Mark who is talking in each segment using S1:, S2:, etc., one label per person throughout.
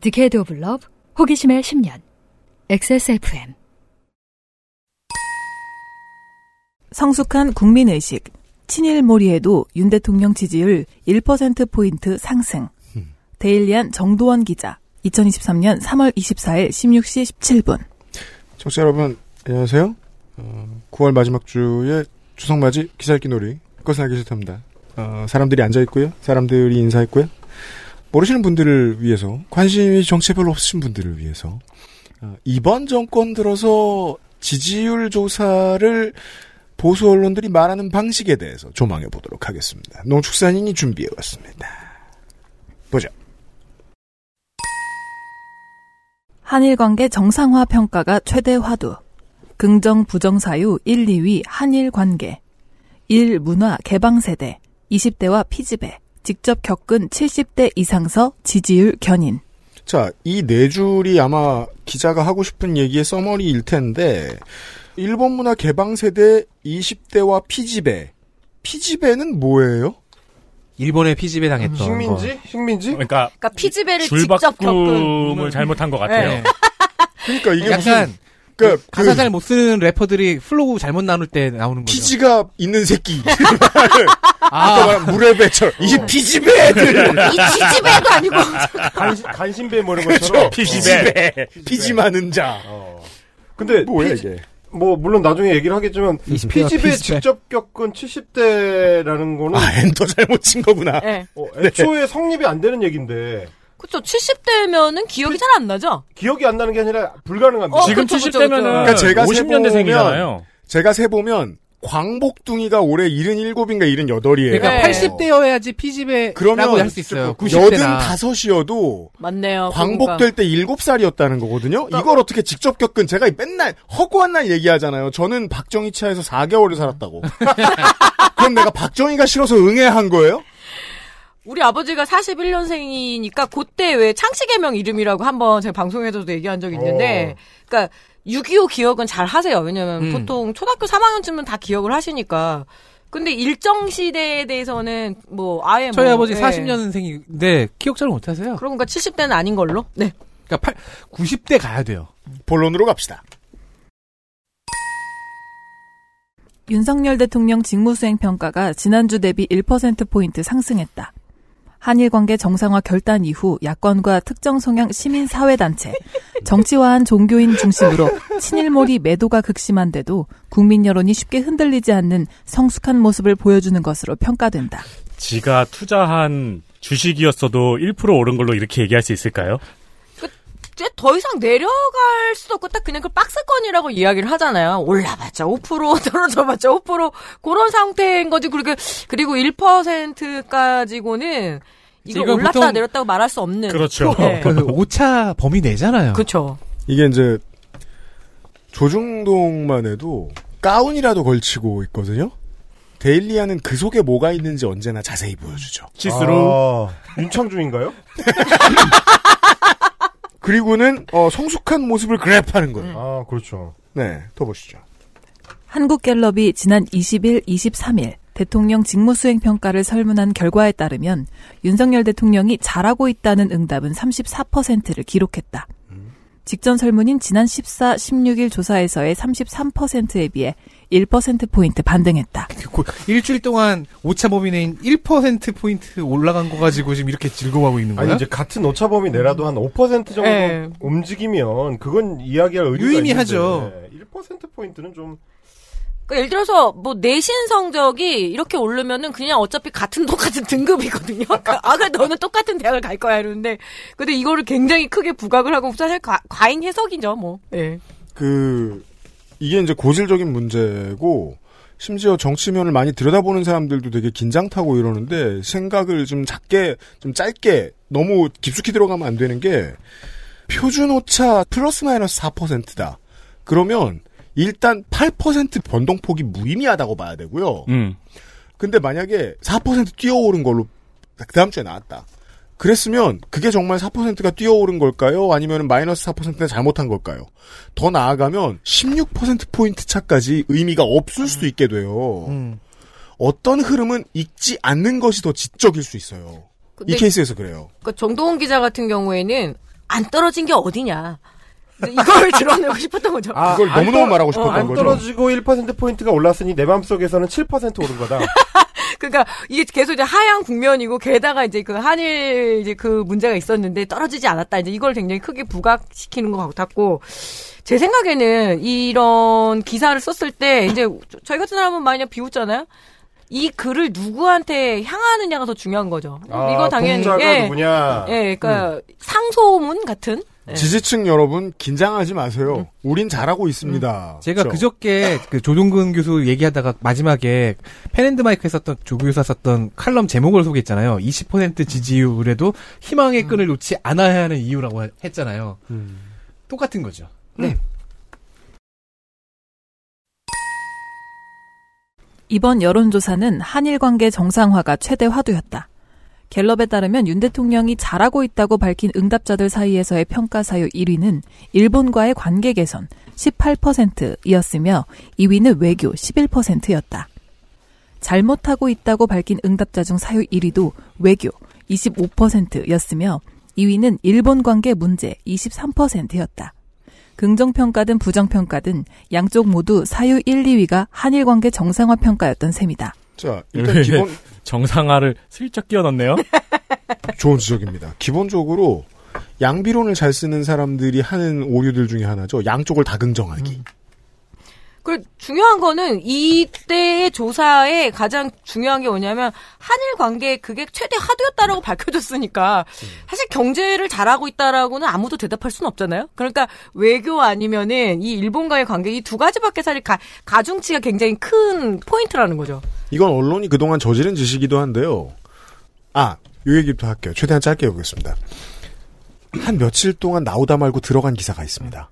S1: 디케이드 오브 러브 호기심의 10년 XSFM
S2: 성숙한 국민의식. 친일 몰이에도 윤 대통령 지지율 1%포인트 상승. 데일리한 정도원 기자. 2023년 3월 24일 16시 17분.
S3: 청취자 여러분, 안녕하세요. 어, 9월 마지막 주에 추석 맞이 기사 읽기 놀이 그것은 알기 싫답니다. 어, 사람들이 앉아있고요. 사람들이 인사했고요. 모르시는 분들을 위해서, 관심이 정치에 별로 없으신 분들을 위해서, 어, 이번 정권 들어서 지지율 조사를 보수 언론들이 말하는 방식에 대해서 조망해 보도록 하겠습니다. 농축산인이 준비해 왔습니다. 보죠.
S2: 한일 관계 정상화 평가가 최대 화두. 긍정 부정 사유 1, 2위 한일 관계. 1. 문화 개방 세대. 20대와 피지배. 직접 겪은 70대 이상서 지지율 견인.
S3: 자, 이 네 줄이 아마 기자가 하고 싶은 얘기의 써머리일 텐데, 일본 문화 개방 세대 20대와 피지배. 피지배는 뭐예요?
S4: 일본에 피지배 당했던 거.
S5: 음, 식민지? 식민지?
S6: 그러니까
S7: 그러니까 피지배를 직접 겪은
S6: 줄바꿈을 잘못한
S3: 네.
S6: 것
S5: 네.
S6: 같아요.
S3: 그러니까 이게
S4: 약간
S3: 무슨, 그러니까 그
S4: 네. 가사 잘 못 쓰는 래퍼들이 플로우 잘못 나눌 때 나오는 거죠.
S3: 피지가 있는 새끼. 아. 아까
S4: 아,
S3: 말한 물의 배철. 이게 피지배 애들.
S7: 이 지지배도 아니고
S5: 간신, 간신배 뭐 이런 것처럼.
S6: 피지배.
S3: 그렇죠? 피지 많은 자.
S5: 어.
S3: 어,
S5: 근데
S3: 뭐야,
S5: 피지-
S3: 이게.
S5: 뭐 물론 나중에 얘기를 하겠지만
S4: 이십대와
S5: 피지배
S4: 피지배.
S5: 직접 겪은 70대라는 거는
S3: 아, 엔터 잘못 친 거구나.
S7: 예.
S5: 어, 애초에 성립이 안 되는 얘기인데
S7: 그쵸 70대면은 기억이 잘 안 나죠
S5: 기억이 안 나는 게 아니라 불가능합니다.
S7: 어,
S6: 지금
S7: 그쵸, 그쵸,
S6: 70대면은
S7: 그러니까
S3: 제가
S6: 50년대
S3: 세보면-
S6: 생이잖아요.
S3: 제가 세보면, 광복둥이가 올해 77인가 78이에요.
S4: 그러니까
S7: 네.
S4: 80대여야지 피지배라고
S3: 그러면
S4: 할 수 있어요. 90대나. 아, 그러니까.
S3: 85이어도
S7: 맞네요
S3: 광복될 때 7살이었다는 거거든요. 이걸 어떻게 직접 겪은 제가 맨날 허구한 날 얘기하잖아요. 저는 박정희 치하에서 4개월을 살았다고. 그럼 내가 박정희가 싫어서 응애한 거예요?
S7: 우리 아버지가 41년생이니까 그때 왜 창씨개명 이름이라고 한번 제가 방송에서도 얘기한 적이 있는데 그러니까 6.25 기억은 잘 하세요. 왜냐면
S4: 어. 음.
S7: 보통 초등학교 3학년쯤은 다 기억을 하시니까. 근데 일정 시대에 대해서는 뭐 아예
S4: 저희
S7: 뭐,
S4: 아버지
S5: 네.
S7: 예.
S4: 40년생인데 기억 잘 못하세요.
S7: 그러니까 70대는 아닌 걸로. 네.
S4: 그러니까 8, 90대 가야 돼요.
S3: 본론으로 갑시다.
S2: 윤석열 대통령 직무수행 평가가 지난주 대비 1%포인트 상승했다. 한일 관계 정상화 결단 이후 야권과 특정 성향 시민 사회 단체, 정치화한 종교인 중심으로 친일몰이 매도가 극심한데도 국민 여론이 쉽게 흔들리지 않는 성숙한 모습을 보여주는 것으로 평가된다.
S6: 지가 투자한 주식이었어도 1% 오른 걸로 이렇게 얘기할 수 있을까요?
S7: 이제 더 이상 내려갈 수도 없고 딱 그냥 그 박스권이라고 이야기를 하잖아요. 올라봤자 5% 떨어져봤자 5% 그런 상태인 거지. 그리고 그리고 1%까지고는 이거
S4: 이건
S7: 올랐다
S4: 보통-
S7: 내렸다고 말할 수 없는
S6: 그렇죠.
S7: 네.
S3: 어.
S4: 그 오차 범위 내잖아요.
S7: 그렇죠.
S3: 이게 이제 조중동만 해도 가운이라도 걸치고 있거든요. 데일리아는 그 속에 뭐가 있는지 언제나 자세히 보여주죠.
S6: 실수로
S5: 아, 윤창중인가요?
S3: 그리고는 어, 성숙한 모습을 그래프하는
S4: 음.
S3: 거예요.
S5: 아 그렇죠.
S3: 네, 더 보시죠.
S2: 한국갤럽이 지난 20일, 23일 대통령 직무수행 평가를 설문한 결과에 따르면 윤석열 대통령이 잘하고 있다는 응답은 34%를 기록했다. 직전 설문인 지난 14, 16일 조사에서의 33%에 비해 1%포인트 반등했다.
S4: 고- 일주일 동안 오차 범위 내인 1%포인트 올라간 거 가지고 지금 이렇게 즐거워하고 있는
S5: 아니
S4: 거야?
S5: 이제 같은 오차범위 내라도 한 5% 정도
S7: 예.
S5: 움직이면 그건 이야기할 의미가
S4: 유의미하죠.
S5: 있는데 1% 포인트는 좀
S7: 그러니까 예를 들어서 뭐 내신 성적이 이렇게 오르면은 그냥 어차피 같은 똑같은 등급이거든요. 그러니까 아 그래 너는 똑같은 대학을 갈 거야 이러는데 근데 이거를 굉장히 크게 부각을 하고 사실 과, 과잉 해석이죠 뭐. 예.
S3: 그 이게 이제 고질적인 문제고 심지어 정치면을 많이 들여다보는 사람들도 되게 긴장 타고 이러는데 생각을 좀 작게 좀 짧게 너무 깊숙이 들어가면 안 되는 게 표준 오차 플러스 마이너스 4%다. 그러면 일단 8% 변동폭이 무의미하다고 봐야 되고요.
S6: 음.
S3: 근데 만약에 4% 뛰어오른 걸로 그 다음 주에 나왔다. 그랬으면 그게 정말 4%가 뛰어오른 걸까요? 아니면 마이너스 4%가 잘못한 걸까요? 더 나아가면 16%포인트 차까지 의미가 없을 수도 있게 돼요.
S4: 음.
S3: 어떤 흐름은 읽지 않는 것이 더 지적일 수 있어요.
S7: 근데
S3: 이 케이스에서 그래요.
S7: 그러니까 정동훈 기자 같은 경우에는 안 떨어진 게 어디냐. 이걸 드러내고 싶었던 거죠.
S5: 아,
S3: 그걸
S5: 안
S3: 너무너무
S5: 떨-
S3: 말하고
S5: 어,
S3: 싶었던
S5: 안
S3: 거죠.
S5: 떨어지고 1%포인트가 올랐으니 내 마음속에서는 7% 오른 거다.
S7: 그러니까 이게 계속 이제 하향 국면이고 게다가 이제 그 한일 이제 그 문제가 있었는데 떨어지지 않았다. 이제 이걸 굉장히 크게 부각시키는 것 같았고 제 생각에는 이런 기사를 썼을 때 이제 저- 저희 같은 사람은 많이 그냥 비웃잖아요. 이 글을 누구한테 향하느냐가 더 중요한 거죠.
S5: 아,
S7: 이거 당연히
S5: 공자가
S7: 예,
S5: 누구냐? 음.
S7: 예, 그러니까 상소문 같은
S3: 지지층 여러분 긴장하지
S7: 음.
S3: 마세요. 우린 잘하고 있습니다.
S4: 음. 제가
S3: 그렇죠?
S4: 그저께 그 조동근 교수 얘기하다가 마지막에 팬앤드마이크에 썼던 조 교수가 썼던 칼럼 제목을 소개했잖아요. 20% 지지율에도 희망의 끈을 놓지 않아야 하는 이유라고 하- 했잖아요. 똑같은 거죠.
S2: 이번 여론조사는 한일 관계 정상화가 최대 화두였다. 갤럽에 따르면 윤 대통령이 잘하고 있다고 밝힌 응답자들 사이에서의 평가 사유 1위는 일본과의 관계 개선 18%이었으며 2위는 외교 11%였다. 잘못하고 있다고 밝힌 응답자 중 사유 1위도 외교 25%였으며 2위는 일본 관계 문제 23%였다. 긍정평가든 부정평가든 양쪽 모두 사유 1, 2위가 한일 관계 정상화 평가였던 셈이다.
S3: 자, 일단
S4: 예.
S3: 기본
S6: 정상화를 슬쩍 끼워넣네요.
S3: 좋은 지적입니다. 기본적으로 양비론을 잘 쓰는 사람들이 하는 오류들 중에 하나죠. 양쪽을 다 긍정하기.
S7: 그리고 중요한 거는 이때의 조사에 가장 중요한 게 뭐냐면 한일 관계 그게 최대 화두였다라고 밝혀졌으니까 사실 경제를 잘하고 있다라고는 아무도 대답할 수는 없잖아요. 그러니까 외교 아니면은 이 일본과의 관계 이 두 가지밖에 사실 가, 가중치가 굉장히 큰 포인트라는 거죠.
S3: 이건 언론이 그동안 저지른 짓이기도 한데요. 아, 요 얘기부터 할게요. 최대한 짧게 해보겠습니다. 한 며칠 동안 나오다 말고 들어간 기사가 있습니다.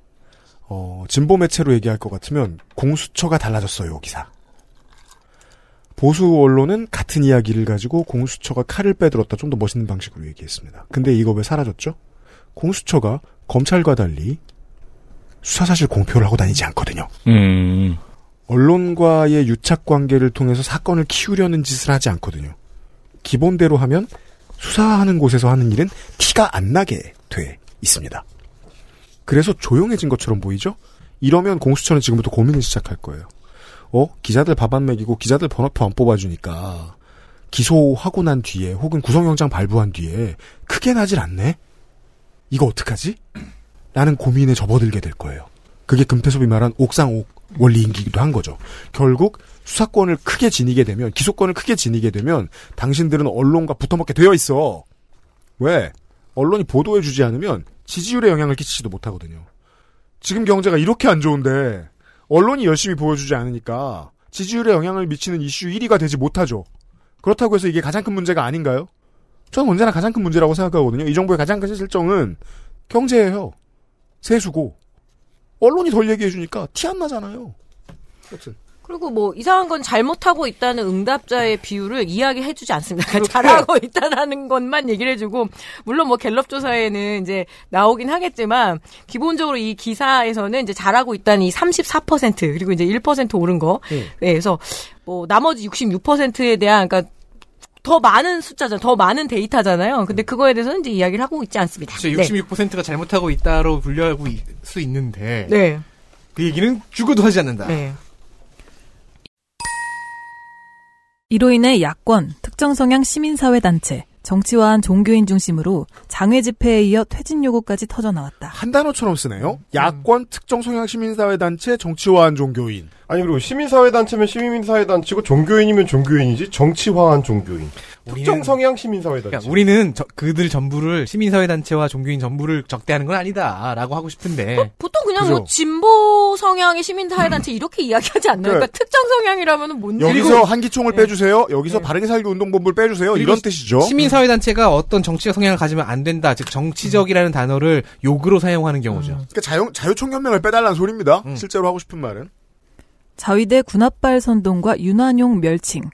S3: 어, 진보 매체로 얘기할 것 같으면 공수처가 달라졌어요, 요 기사. 보수 언론은 같은 이야기를 가지고 공수처가 칼을 빼들었다. 좀 더 멋있는 방식으로 얘기했습니다. 근데 이거 왜 사라졌죠? 공수처가 검찰과 달리 수사사실 공표를 하고 다니지 않거든요.
S6: 음.
S3: 언론과의 유착 관계를 통해서 사건을 키우려는 짓을 하지 않거든요. 기본대로 하면 수사하는 곳에서 하는 일은 티가 안 나게 돼 있습니다. 그래서 조용해진 것처럼 보이죠? 이러면 공수처는 지금부터 고민을 시작할 거예요. 어? 기자들 밥 안 먹이고 기자들 번호표 안 뽑아주니까 기소하고 난 뒤에 혹은 구속영장 발부한 뒤에 크게 나질 않네? 이거 어떡하지? 라는 고민에 접어들게 될 거예요. 그게 금태섭이 말한 옥상옥 원리인기기도 한 거죠. 결국 수사권을 크게 지니게 되면 기소권을 크게 지니게 되면 당신들은 언론과 붙어먹게 되어 있어. 왜? 언론이 보도해주지 않으면 지지율에 영향을 끼치지도 못하거든요. 지금 경제가 이렇게 안 좋은데 언론이 열심히 보여주지 않으니까 지지율에 영향을 미치는 이슈 1위가 되지 못하죠. 그렇다고 해서 이게 가장 큰 문제가 아닌가요? 저는 언제나 가장 큰 문제라고 생각하거든요. 이 정부의 가장 큰 실정은 경제예요. 세수고 언론이 덜 얘기해주니까 티 안 나잖아요. 아무튼.
S7: 그리고 뭐 이상한 건 잘못하고 있다는 응답자의 비율을 이야기해주지 않습니다. 그러니까 잘하고 있다라는 것만 얘기를 해주고 물론 뭐 갤럽 조사에는 이제 나오긴 하겠지만 기본적으로 이 기사에서는 이제 잘하고 있다는 이 34% 그리고 이제 1% 오른 거, 네, 그래서 뭐 나머지 66%에 대한 그러니까 더 많은 숫자잖아요, 더 많은 데이터잖아요. 근데 그거에 대해서는 이제 이야기를 하고 있지 않습니다.
S4: 진짜 66%가 잘못하고 있다로 분류하고 있- 수 있는데
S7: 네,
S4: 그 얘기는 죽어도 하지 않는다.
S7: 네. 네.
S2: 이로 인해 야권, 특정 성향 시민사회단체, 정치화한 종교인 중심으로 장외 집회에 이어 퇴진 요구까지 터져나왔다.
S3: 한 단어처럼 쓰네요. 야권 특정 성향 시민사회단체 정치화한 종교인.
S5: 아니 그리고 시민사회단체면 시민사회단체고 종교인이면 종교인이지 정치화한 종교인. 특정 성향 시민사회단체.
S4: 그러니까 우리는 저- 그들 전부를 시민사회단체와 종교인 전부를 적대하는 건 아니다라고 하고 싶은데
S7: 보통 그냥
S3: 그죠?
S7: 뭐 진보 성향의 시민사회단체 이렇게 이야기하지 않나요?
S3: 그래.
S7: 그러니까 특정 성향이라면 뭔지
S3: 네. 여기서 한기총을 빼주세요. 여기서 바르게 살기 운동본부를 빼주세요.
S4: 그리고
S3: 이런 뜻이죠.
S4: 시민사회단체가 어떤 정치적 성향을 가지면 안 된다. 즉 정치적이라는 단어를 욕으로 사용하는 경우죠.
S3: 그러니까 자유, 자유총연맹을 빼달라는 소리입니다.
S4: 음.
S3: 실제로 하고 싶은 말은.
S2: 자위대 군합발 선동과 윤환용 멸칭,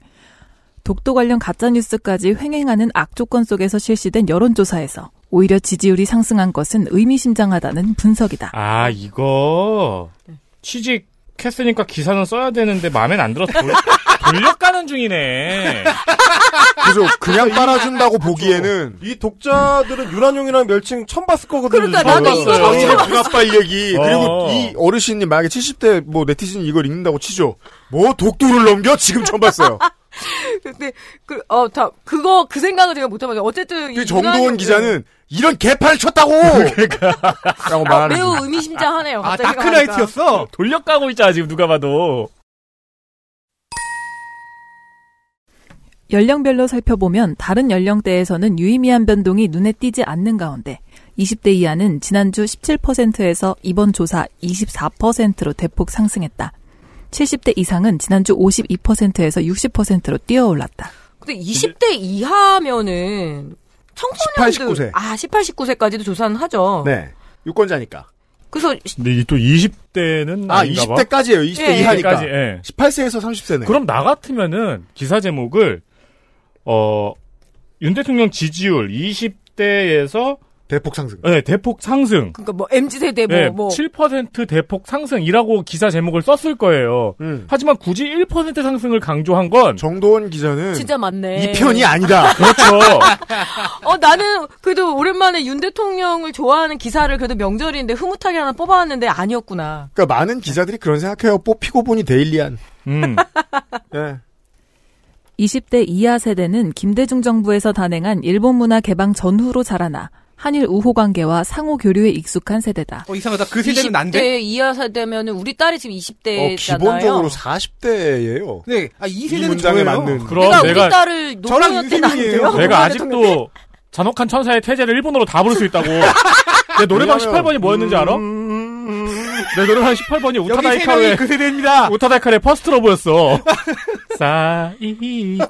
S2: 독도 관련 가짜뉴스까지 횡행하는 악조건 속에서 실시된 여론조사에서 오히려 지지율이 상승한 것은 의미심장하다는 분석이다.
S6: 아, 이거 취직했으니까 기사는 써야 되는데 마음에 안 들어서 돌, 돌려가는 중이네.
S3: 그죠. 그냥 빨아준다고 보기에는.
S5: 이 독자들은 유난용이랑 멸칭 처음 봤을 거거든요. 아, 네.
S7: 그러니까 나도
S5: 저는.
S7: 이거
S3: 저희
S7: 처음 봤어.
S3: 아, 그 아빠 얘기. 그리고
S6: 어.
S3: 이 어르신이 만약에 70대 뭐 네티즌이 이걸 읽는다고 치죠. 뭐 독도를 넘겨? 지금 처음 봤어요.
S7: 근데 그, 어, 다, 그거, 그 생각을 제가 못해봤어요. 어쨌든. 이
S3: 그 정도원
S7: 유난히-
S3: 기자는 그러니까. 이런 개판을 쳤다고! 라고
S7: 아,
S3: 말하는
S7: 매우
S3: 중.
S7: 의미심장하네요.
S4: 아,
S7: 갑자기 가니까.
S4: 다크나이트였어?
S6: 돌려가고 있잖아, 지금 누가 봐도.
S2: 연령별로 살펴보면 다른 연령대에서는 유의미한 변동이 눈에 띄지 않는 가운데 20대 이하는 지난주 17%에서 이번 조사 24%로 대폭 상승했다. 70대 이상은 지난주 52%에서 60%로 뛰어올랐다.
S7: 근데 20대 이하면은
S3: 18, 19세.
S7: 청소년들. 아, 18, 19세까지도 조사는 하죠.
S3: 네. 유권자니까.
S7: 그래서
S6: 근데 이게 또 20대는
S3: 아,
S6: 아닌가 봐.
S3: 20대까지예요. 20대
S7: 예,
S3: 이하니까.
S6: 20대까지, 예.
S3: 18세에서 30세네.
S6: 그럼 나 같으면은 기사 제목을 어, 윤 대통령 지지율 20대에서 네,
S3: 대폭 상승.
S6: 대폭 상승.
S7: 그러니까 뭐 MZ 세대 뭐
S3: 네.
S6: 예,
S7: 뭐
S6: 7% 대폭 상승이라고 기사 제목을 썼을 거예요.
S3: 음.
S6: 하지만 굳이 1% 상승을 강조한 건
S3: 정도원 기자는
S7: 진짜 많네.
S3: 이 편이 아니다.
S6: 그렇죠.
S7: 어 나는 그래도 오랜만에 윤 대통령을 좋아하는 기사를 그래도 명절인데 흐뭇하게 하나 뽑아왔는데 아니었구나.
S3: 그러니까 많은 기자들이 그런 생각해요. 뽑히고 보니 데일리한.
S6: 음.
S3: 예.
S2: 20대 이하 세대는 김대중 정부에서 단행한 일본 문화 개방 전후로 자라나 한일 우호 관계와 상호 교류에 익숙한 세대다.
S4: 어, 이상하다. 그 세대는 난데?
S7: 20대 이하 세대면 우리 딸이 지금 20대잖아요.
S3: 어, 기본적으로 40대예요.
S4: 네, 아, 이
S3: 이
S4: 세대는
S3: 문장에
S4: 저예요.
S3: 맞는.
S6: 그럼
S7: 그러니까 우리
S6: 내가
S7: 딸을 노동요 때는 안
S3: 인생이에요.
S7: 돼요.
S6: 내가 아직도 잔혹한 천사의 태제를 일본어로 다 부를 수 있다고. 내 노래방
S3: 왜냐면-
S6: 18번이 뭐였는지 알아?
S5: 음,
S6: 내 노래방 18번이
S4: 여기 세
S6: 우타다이카의
S4: 명이 그 세대입니다.
S6: 우타다이카의 퍼스트 러브였어. 쌓이고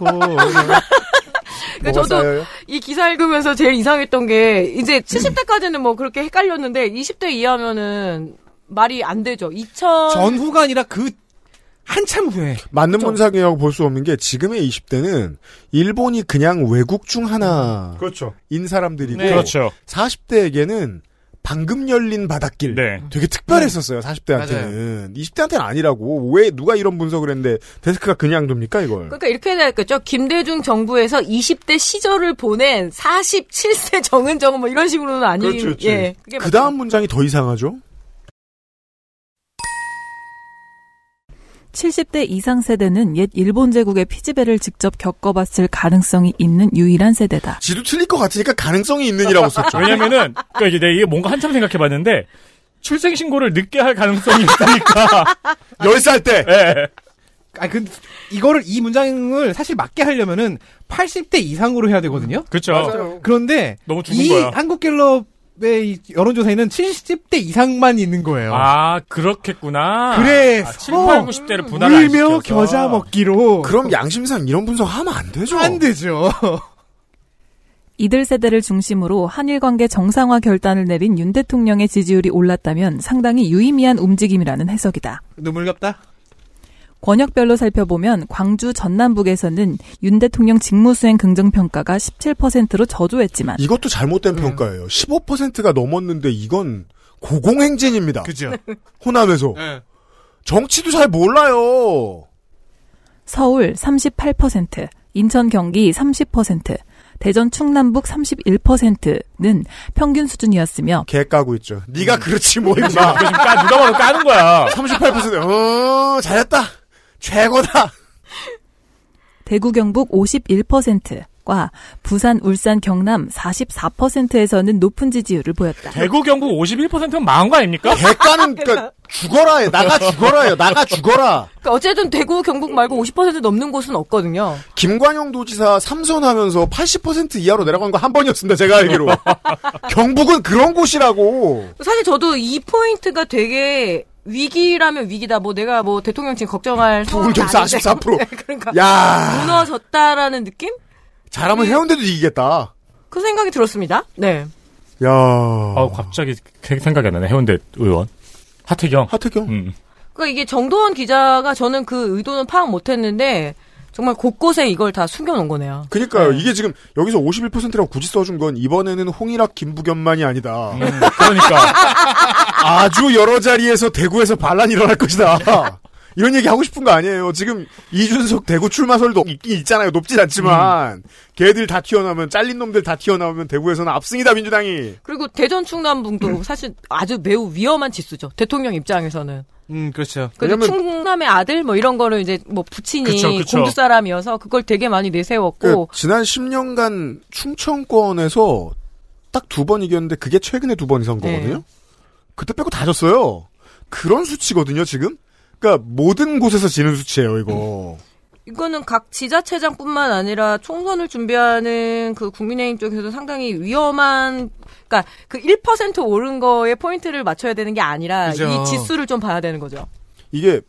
S7: 그러니까
S3: 뭐가
S7: 저도
S3: 쌓여요? 음.
S7: 이 기사 읽으면서 제일 이상했던 게 이제 70대까지는 뭐 그렇게 헷갈렸는데 20대 이하면은 말이 안 되죠. 2000
S4: 전후가 아니라 그, 한참 후에.
S3: 맞는 문상이라고 볼 수 없는 게 지금의 20대는 일본이 그냥 외국 중 하나인
S5: 그렇죠.
S3: 사람들이고
S4: 네.
S6: 그렇죠.
S3: 40대에게는 방금 열린 바닷길
S6: 네.
S3: 되게 특별했었어요. 40대한테는 20대한테는 아니라고 왜 누가 이런 분석을 했는데 데스크가 그냥 됩니까 이걸?
S7: 그러니까 이렇게 해야 되겠죠. 김대중 정부에서 20대 시절을 보낸 47세 정은정은 뭐 이런 식으로는 아니
S5: 그렇지, 그렇지.
S7: 예. 그게
S3: 그 다음 문장이 더 이상하죠.
S2: 70대 이상 세대는 옛 일본 제국의 피지배를 직접 겪어봤을 가능성이 있는 유일한 세대다.
S3: 지도 틀릴 것 같으니까 가능성이 있는이라고 썼죠.
S6: 왜냐면은 그러니까 이게 내가 이게 뭔가 한참 생각해봤는데 출생 신고를 늦게 할 가능성이 있으니까.
S3: 10살 때
S6: 예.
S4: 아, 그, 이거를, 이 문장을 사실 맞게 하려면은 80대 이상으로 해야 되거든요?
S6: 그렇죠.
S4: 그런데,
S6: 너무 죽은
S4: 이
S6: 거야.
S4: 한국갤럽의 이 여론조사에는 70대 이상만 있는 거예요.
S6: 아 그렇겠구나.
S4: 그래서
S6: 아, 7, 8, 90대를 분할 안
S4: 울며
S6: 시켜서.
S4: 겨자 먹기로.
S3: 그럼 양심상 이런 분석하면 안 되죠.
S4: 안 되죠.
S2: 이들 세대를 중심으로 한일 관계 정상화 결단을 내린 윤 대통령의 지지율이 올랐다면 상당히 유의미한 움직임이라는 해석이다.
S4: 눈물겹다?
S2: 권역별로 살펴보면 광주 전남북에서는 윤 대통령 직무수행 긍정평가가 17%로 저조했지만
S3: 이것도 잘못된 평가예요. 15%가 넘었는데 이건 고공행진입니다.
S4: 그죠.
S3: 호남에서 정치도 잘 몰라요.
S2: 서울 38%, 인천 경기 30%, 대전 충남북 31%는 평균 수준이었으며
S3: 개 까고 있죠. 네가 그렇지 뭐 임마.
S6: 지금 까, 누가 봐도 까는 거야.
S3: 38% 어, 잘했다. 최고다.
S2: 대구 경북 51%과 부산 울산 경남 44%에서는 높은 지지율을 보였다.
S6: 대구 경북 51%는 망한 거 아닙니까?
S3: 개 까는 그러니까 죽어라해. 나가 죽어라요. 나가 죽어라.
S7: 그러니까 어쨌든 대구 경북 말고 50% 넘는 곳은 없거든요.
S3: 김관영 도지사 삼선하면서 80% 이하로 내려간 거 한 번이었습니다. 제가 알기로. 경북은 그런 곳이라고.
S7: 사실 저도 이 포인트가 되게 위기라면 위기다. 뭐 내가 뭐 대통령 지금 걱정할 상황은
S3: 부울경사
S7: 아닌데.
S3: 44%.
S7: 네, 그러니까
S3: 야,
S7: 무너졌다라는 느낌?
S3: 잘하면 해운대도 이기겠다.
S7: 그 생각이 들었습니다. 네.
S3: 야.
S6: 아 갑자기 생각이 안 나네. 해운대 의원 하태경.
S3: 하태경.
S6: 음.
S7: 그러니까 이게 정도원 기자가 저는 그 의도는 파악 못했는데 정말 곳곳에 이걸 다 숨겨놓은 거네요.
S3: 그니까요. 이게 지금 여기서 51%라고 굳이 써준 건 이번에는 홍일학 김부겸만이 아니다.
S6: 음, 그러니까
S4: 아,
S3: 아주 여러 자리에서 대구에서 반란이 일어날 것이다. 이런 얘기 하고 싶은 거 아니에요. 지금 이준석 대구 출마설도 있긴 있잖아요. 높진 않지만 걔들 다 튀어나오면 잘린 놈들 다 튀어나오면 대구에서는 압승이다 민주당이.
S7: 그리고 대전
S3: 음.
S7: 충남분도 사실 아주 매우 위험한 지수죠. 대통령 입장에서는.
S4: 음, 그렇죠.
S7: 근데
S3: 왜냐면-
S7: 충남의 아들 뭐 이런 거를 이제 뭐 부친이
S6: 그쵸, 그쵸.
S7: 공주 사람이어서 그걸 되게 많이 내세웠고
S3: 그 지난 10년간 충청권에서 딱 두 번 이겼는데 그게 최근에 두 번 이선
S7: 네.
S3: 거거든요. 그때 빼고 다 졌어요. 그런 수치거든요 지금. 그러니까 모든 곳에서 지는 수치예요 이거.
S7: 이거는 각 지자체장뿐만 아니라 총선을 준비하는 그 국민의힘 쪽에서도 상당히 위험한 그러니까 그 1% 오른 거에 포인트를 맞춰야 되는 게 아니라
S4: 그죠.
S7: 이 지수를 좀 봐야 되는 거죠.
S3: 이게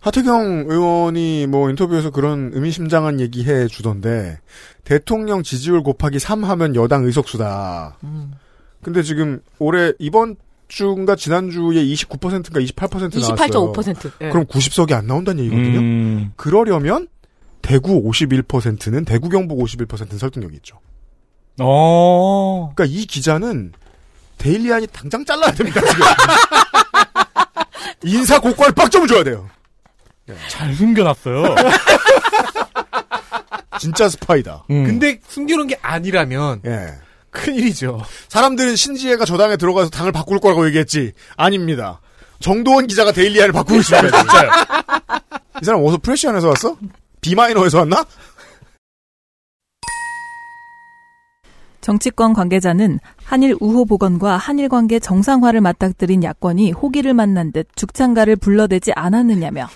S3: 하태경 의원이 뭐 인터뷰에서 그런 의미심장한 얘기해 주던데 대통령 지지율 곱하기 3 하면 여당 의석수다. 근데 지금 올해 이번 주인가 지난주에 29%인가 28% 나왔어요.
S7: 28.5%. 예.
S3: 그럼 90석이 안 나온다는 얘기거든요.
S6: 음.
S3: 그러려면 대구 51%는 대구 경북 51%는 설득력이 있죠.
S6: 어.
S3: 그러니까 이 기자는 데일리안이 당장 잘라야 됩니다. 지금 인사 고과를 빡좀 줘야 돼요.
S6: 잘 숨겨놨어요.
S3: 진짜 스파이다.
S6: 음.
S4: 근데 숨겨놓은 게 아니라면
S3: 예.
S4: 큰일이죠.
S3: 사람들은 신지혜가 저 당에 들어가서 당을 바꿀 거라고 얘기했지. 아닙니다. 정도원 기자가 데일리안을 바꾸고 있습니다. 진짜요. 이 사람 어디서 프레시안에서 왔어? 비마이너에서 왔나?
S2: 정치권 관계자는 한일 우호 복원과 한일 관계 정상화를 맞닥뜨린 야권이 호기를 만난 듯 죽창가를 불러대지 않았느냐며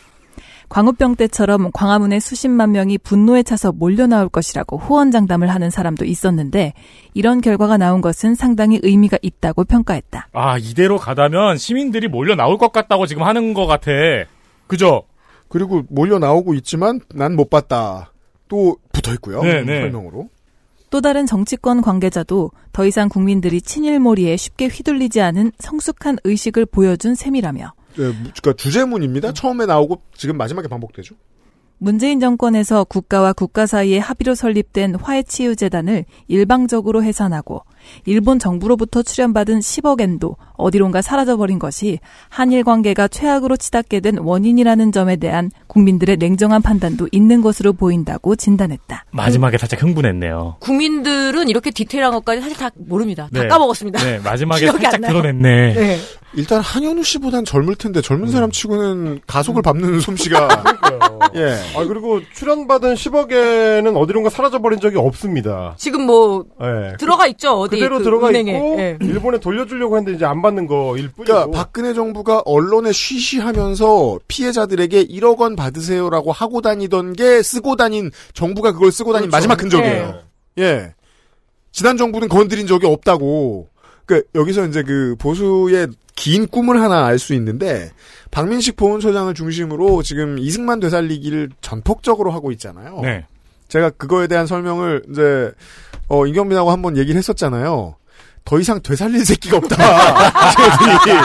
S2: 광우병 때처럼 광화문에 수십만 명이 분노에 차서 몰려나올 것이라고 호언장담을 하는 사람도 있었는데 이런 결과가 나온 것은 상당히 의미가 있다고 평가했다.
S6: 아, 이대로 가다면 시민들이 몰려 나올 것 같다고 지금 하는 것 같아. 그죠?
S3: 그리고 몰려 나오고 있지만 난 못 봤다. 또 붙어 있고요.
S6: 네, 네.
S3: 설명으로.
S2: 또 다른 정치권 관계자도 더 이상 국민들이 친일몰이에 쉽게 휘둘리지 않은 성숙한 의식을 보여준 셈이라며
S3: 예, 그러니까 주제문입니다. 처음에 나오고 지금 마지막에 반복되죠.
S2: 문재인 정권에서 국가와 국가 사이의 합의로 설립된 화해치유재단을 일방적으로 해산하고 일본 정부로부터 출연받은 10억 엔도 어디론가 사라져버린 것이 한일 관계가 최악으로 치닫게 된 원인이라는 점에 대한 국민들의 냉정한 판단도 있는 것으로 보인다고 진단했다.
S6: 마지막에 살짝 흥분했네요.
S7: 국민들은 이렇게 디테일한 것까지 사실 다 모릅니다. 다
S6: 네.
S7: 까먹었습니다.
S6: 네, 마지막에
S7: 음. 기억이 안
S6: 살짝
S7: 나요.
S6: 드러냈네.
S7: 네.
S3: 일단 한현우 씨보단 젊을 텐데 젊은 사람 치고는 가속을 밟는 솜씨가 예.
S5: 아 그리고 출연받은 10억에는 어디론가 사라져버린 적이 없습니다.
S7: 지금 뭐
S5: 예.
S7: 들어가 있죠. 어디
S5: 그대로
S7: 그
S5: 들어가
S7: 은행에.
S5: 있고
S7: 예.
S5: 일본에 돌려주려고 했는데 이제 안 받는 거일 뿐이고
S3: 그러니까 박근혜 정부가 언론에 쉬쉬하면서 피해자들에게 1억 원 받으세요라고 하고 다니던 게 쓰고 다닌 정부가 그걸 쓰고 다닌 마지막 흔적이에요. 예. 지난 정부는 건드린 적이 없다고. 그러니까 여기서 이제 그 보수의 긴 꿈을 하나 알 수 있는데 박민식 보훈소장을 중심으로 지금 이승만 되살리기를 전폭적으로 하고 있잖아요.
S6: 네.
S3: 제가 그거에 대한 설명을 이제 어, 임경민하고 한번 얘기를 했었잖아요. 더 이상 되살릴 새끼가 없다. 쟤들이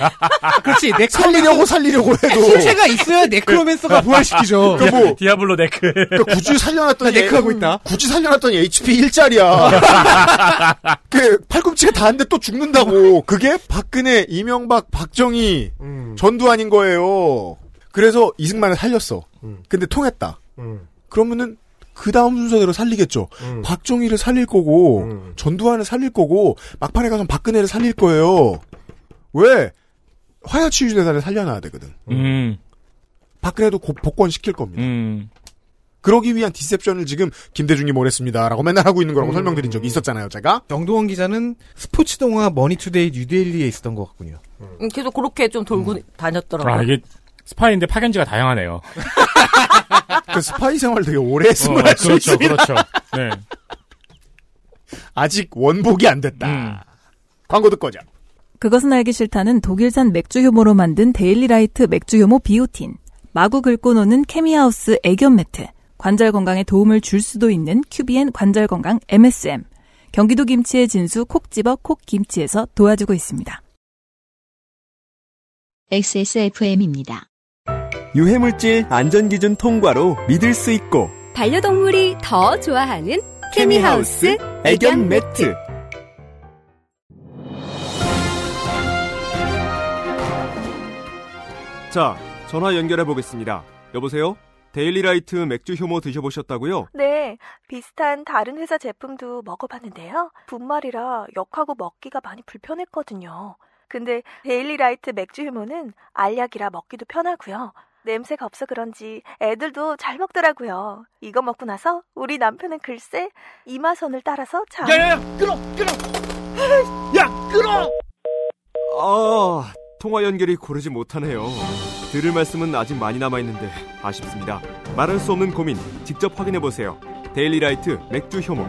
S4: 아, 그렇지.
S3: 예, 살리려고 살리려고 해도
S4: 예, 실체가 있어야 네크로맨서가 부활시키죠.
S3: 그러니까 뭐
S6: 디아블로 네크.
S3: 그러니까 굳이 살려놨더니
S4: 나 네크하고 있다.
S3: 굳이 예, 살려놨더니 HP 1짜리야. 그 팔꿈치가 닿았는데 또 죽는다고. 그게 박근혜, 이명박, 박정희
S5: 음,
S3: 전두환인 거예요. 그래서 이승만을 살렸어.
S5: 음.
S3: 근데 통했다.
S5: 음,
S3: 그러면은 그 다음 순서대로 살리겠죠.
S5: 음.
S3: 박정희를 살릴 거고
S5: 음.
S3: 전두환을 살릴 거고 막판에 가서 박근혜를 살릴 거예요. 왜 화야치유대사를 살려놔야 되거든.
S6: 음,
S3: 박근혜도 곧 복권시킬 겁니다.
S6: 음.
S3: 그러기 위한 디셉션을 지금 김대중이 뭘 했습니다라고 맨날 하고 있는
S6: 음.
S3: 거라고 설명드린 적이 있었잖아요, 제가.
S4: 정동원 기자는 스포츠 동화 머니투데이 뉴데일리에 있었던 것 같군요.
S7: 음, 계속 그렇게 좀 돌고 다녔더라고요.
S6: 아, 이게 스파인데 파견지가 다양하네요.
S3: 그 스파이 생활 되게 오래 했음을
S6: 어,
S3: 알 수
S6: 그렇죠,
S3: 있습니다.
S6: 그렇죠. 네.
S3: 아직 원복이 안 됐다.
S6: 음.
S3: 광고 듣고 오자.
S2: 그것은 알기 싫다는 독일산 맥주 효모로 만든 데일리라이트 맥주 효모 비오틴, 마구 긁고 노는 케미하우스 애견 매트, 관절 건강에 도움을 줄 수도 있는 큐비엔 관절 건강 MSM, 경기도 김치의 진수 콕 집어 콕 김치에서 도와주고 있습니다.
S8: XSFM입니다.
S9: 유해물질 안전기준 통과로 믿을 수 있고
S10: 반려동물이 더 좋아하는 케미하우스
S9: 애견 매트 자, 전화 연결해 보겠습니다. 여보세요? 데일리라이트 맥주 효모 드셔보셨다고요?
S11: 네, 비슷한 다른 회사 제품도 먹어봤는데요. 분말이라 역하고 먹기가 많이 불편했거든요. 근데 데일리라이트 맥주 효모는 알약이라 먹기도 편하고요. 냄새가 없어 그런지 애들도 잘 먹더라고요. 이거 먹고 나서 우리 남편은 글쎄 이마선을 따라서 자.
S12: 야야야 끊어 끊어 야 끊어
S9: 아, 통화 연결이 고르지 못하네요. 들을 말씀은 아직 많이 남아있는데 아쉽습니다. 말할 수 없는 고민 직접 확인해보세요. 데일리라이트 맥주 효모.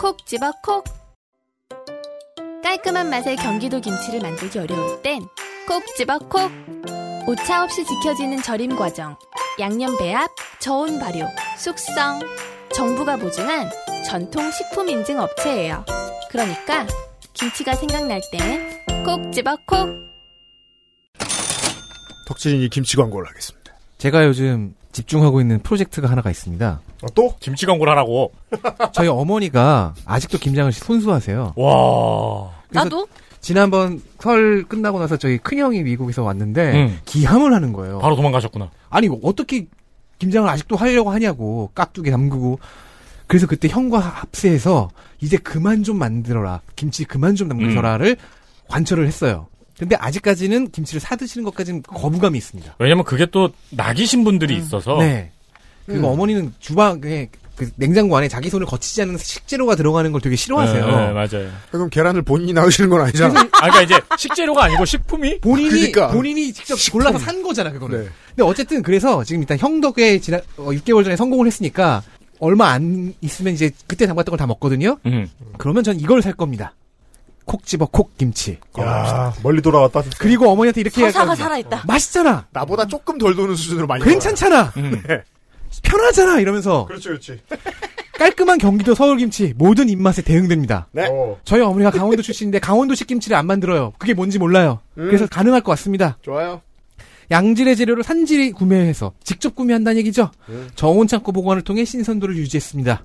S13: 콕 집어 콕 깔끔한 맛의 경기도 김치를 만들기 어려울 땐 콕 집어 콕 오차 없이 지켜지는 절임 과정 양념 배합 저온 발효 숙성 정부가 보증한 전통 식품 인증 업체예요 그러니까 김치가 생각날 땐 콕 집어 콕
S3: 덕진이 김치 광고를 하겠습니다.
S4: 제가 요즘 집중하고 있는 프로젝트가 하나가 있습니다.
S5: 어,
S6: 또? 김치 광고를 하라고.
S4: 저희 어머니가 아직도 김장을 손수하세요.
S6: 와.
S7: 나도?
S4: 지난번 설 끝나고 나서 저희 큰형이 미국에서 왔는데
S6: 음.
S4: 기함을 하는 거예요.
S6: 바로 도망가셨구나.
S4: 아니 어떻게 김장을 아직도 하려고 하냐고 깍두기 담그고 그래서 그때 형과 합세해서 이제 그만 좀 만들어라 김치 그만 좀 담그서라를 관철을 했어요. 근데 아직까지는 김치를 사 드시는 것까지는 거부감이 있습니다.
S6: 왜냐면 그게 또 낙이신 분들이 있어서.
S4: 네. 그리고
S6: 음.
S4: 어머니는 주방에 그 냉장고 안에 자기 손을 거치지 않는 식재료가 들어가는 걸 되게 싫어하세요.
S6: 네, 네, 맞아요.
S3: 그럼 계란을 본인이 나으시는 건 아니잖아.
S4: 그래서-
S6: 아, 그러니까 이제 식재료가 아니고 식품이
S4: 본인이
S6: 그러니까. 네.
S4: 본인이 직접 골라서 산 거잖아 그거는. 근데 어쨌든 그래서 지금 일단 형 덕에 지난 어, 6개월 전에 성공을 했으니까 얼마 안 있으면 이제 그때 담갔던 걸 다 먹거든요. 그러면 전 이걸 살 겁니다. 콕 집어 콕 김치.
S5: 야, 멀리 돌아왔다.
S4: 그리고 어머니한테 이렇게
S7: 서사가
S4: 해가지고.
S7: 살아있다.
S4: 맛있잖아.
S3: 나보다 조금 덜 도는 수준으로 많이.
S4: 괜찮잖아.
S3: 네.
S4: 편하잖아 이러면서
S5: 그렇지, 그렇지.
S4: 깔끔한 경기도 서울 김치 모든 입맛에 대응됩니다.
S5: 네.
S4: 저희 어머니가 강원도 출신인데 강원도식 김치를 안 만들어요. 그게 뭔지 몰라요. 그래서 가능할 것 같습니다.
S5: 좋아요.
S4: 양질의 재료를 산질이 구매해서 직접 구매한다는 얘기죠.
S5: 음.
S4: 저온 창고 보관을 통해 신선도를 유지했습니다.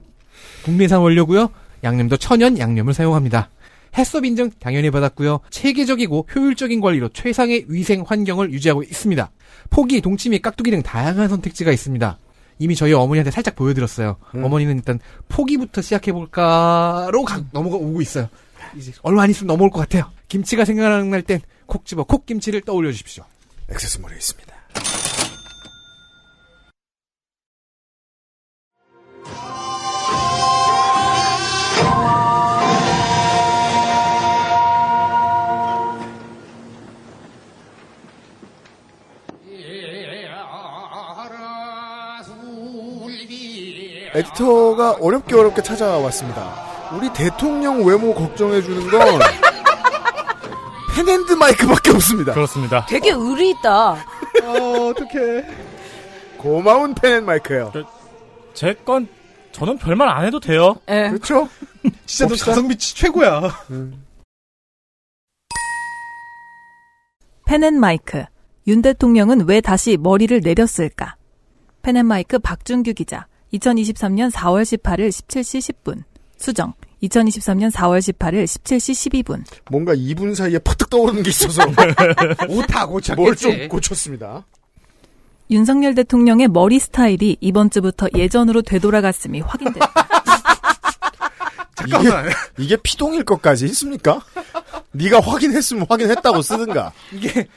S4: 국내산 원료고요. 양념도 천연 양념을 사용합니다. 해썹 인증 당연히 받았고요. 체계적이고 효율적인 관리로 최상의 위생 환경을 유지하고 있습니다. 포기, 동치미, 깍두기 등 다양한 선택지가 있습니다. 이미 저희 어머니한테 살짝 보여드렸어요. 어머니는 일단 포기부터 시작해볼까로 가- 넘어오고 있어요. 이제 얼마 안 있으면 넘어올 것 같아요. 김치가 생각나는 날 땐 콕 집어 콕 김치를 떠올려 주십시오.
S3: 액세스몰에 있습니다. 에디터가 어렵게 어렵게 찾아왔습니다. 우리 대통령 외모 걱정해주는 건 펜앤드 마이크밖에 없습니다.
S6: 그렇습니다.
S7: 되게 의리 있다.
S3: 어떡해. 고마운 펜앤 마이크예요.
S6: 제 건 저는 별말 안 해도 돼요.
S3: 그렇죠.
S4: 진짜
S6: 너 가성비
S4: 최고야.
S2: 펜앤마이크. 윤 대통령은 왜 다시 머리를 내렸을까? 펜앤마이크 박준규 기자. 2023년 4월 18일 17시 10분. 수정. 2023년 4월 18일 17시 12분.
S3: 뭔가 2분 사이에 퍼뜩 떠오르는 게 있어서
S4: 오타
S3: 뭘좀 고쳤습니다.
S2: 윤석열 대통령의 머리 스타일이 이번 주부터 예전으로 되돌아갔음이 확인됐다.
S3: 잠깐만. 이게, 이게 피동일 것까지 있습니까? 네가 확인했으면 확인했다고 쓰든가.
S4: 이게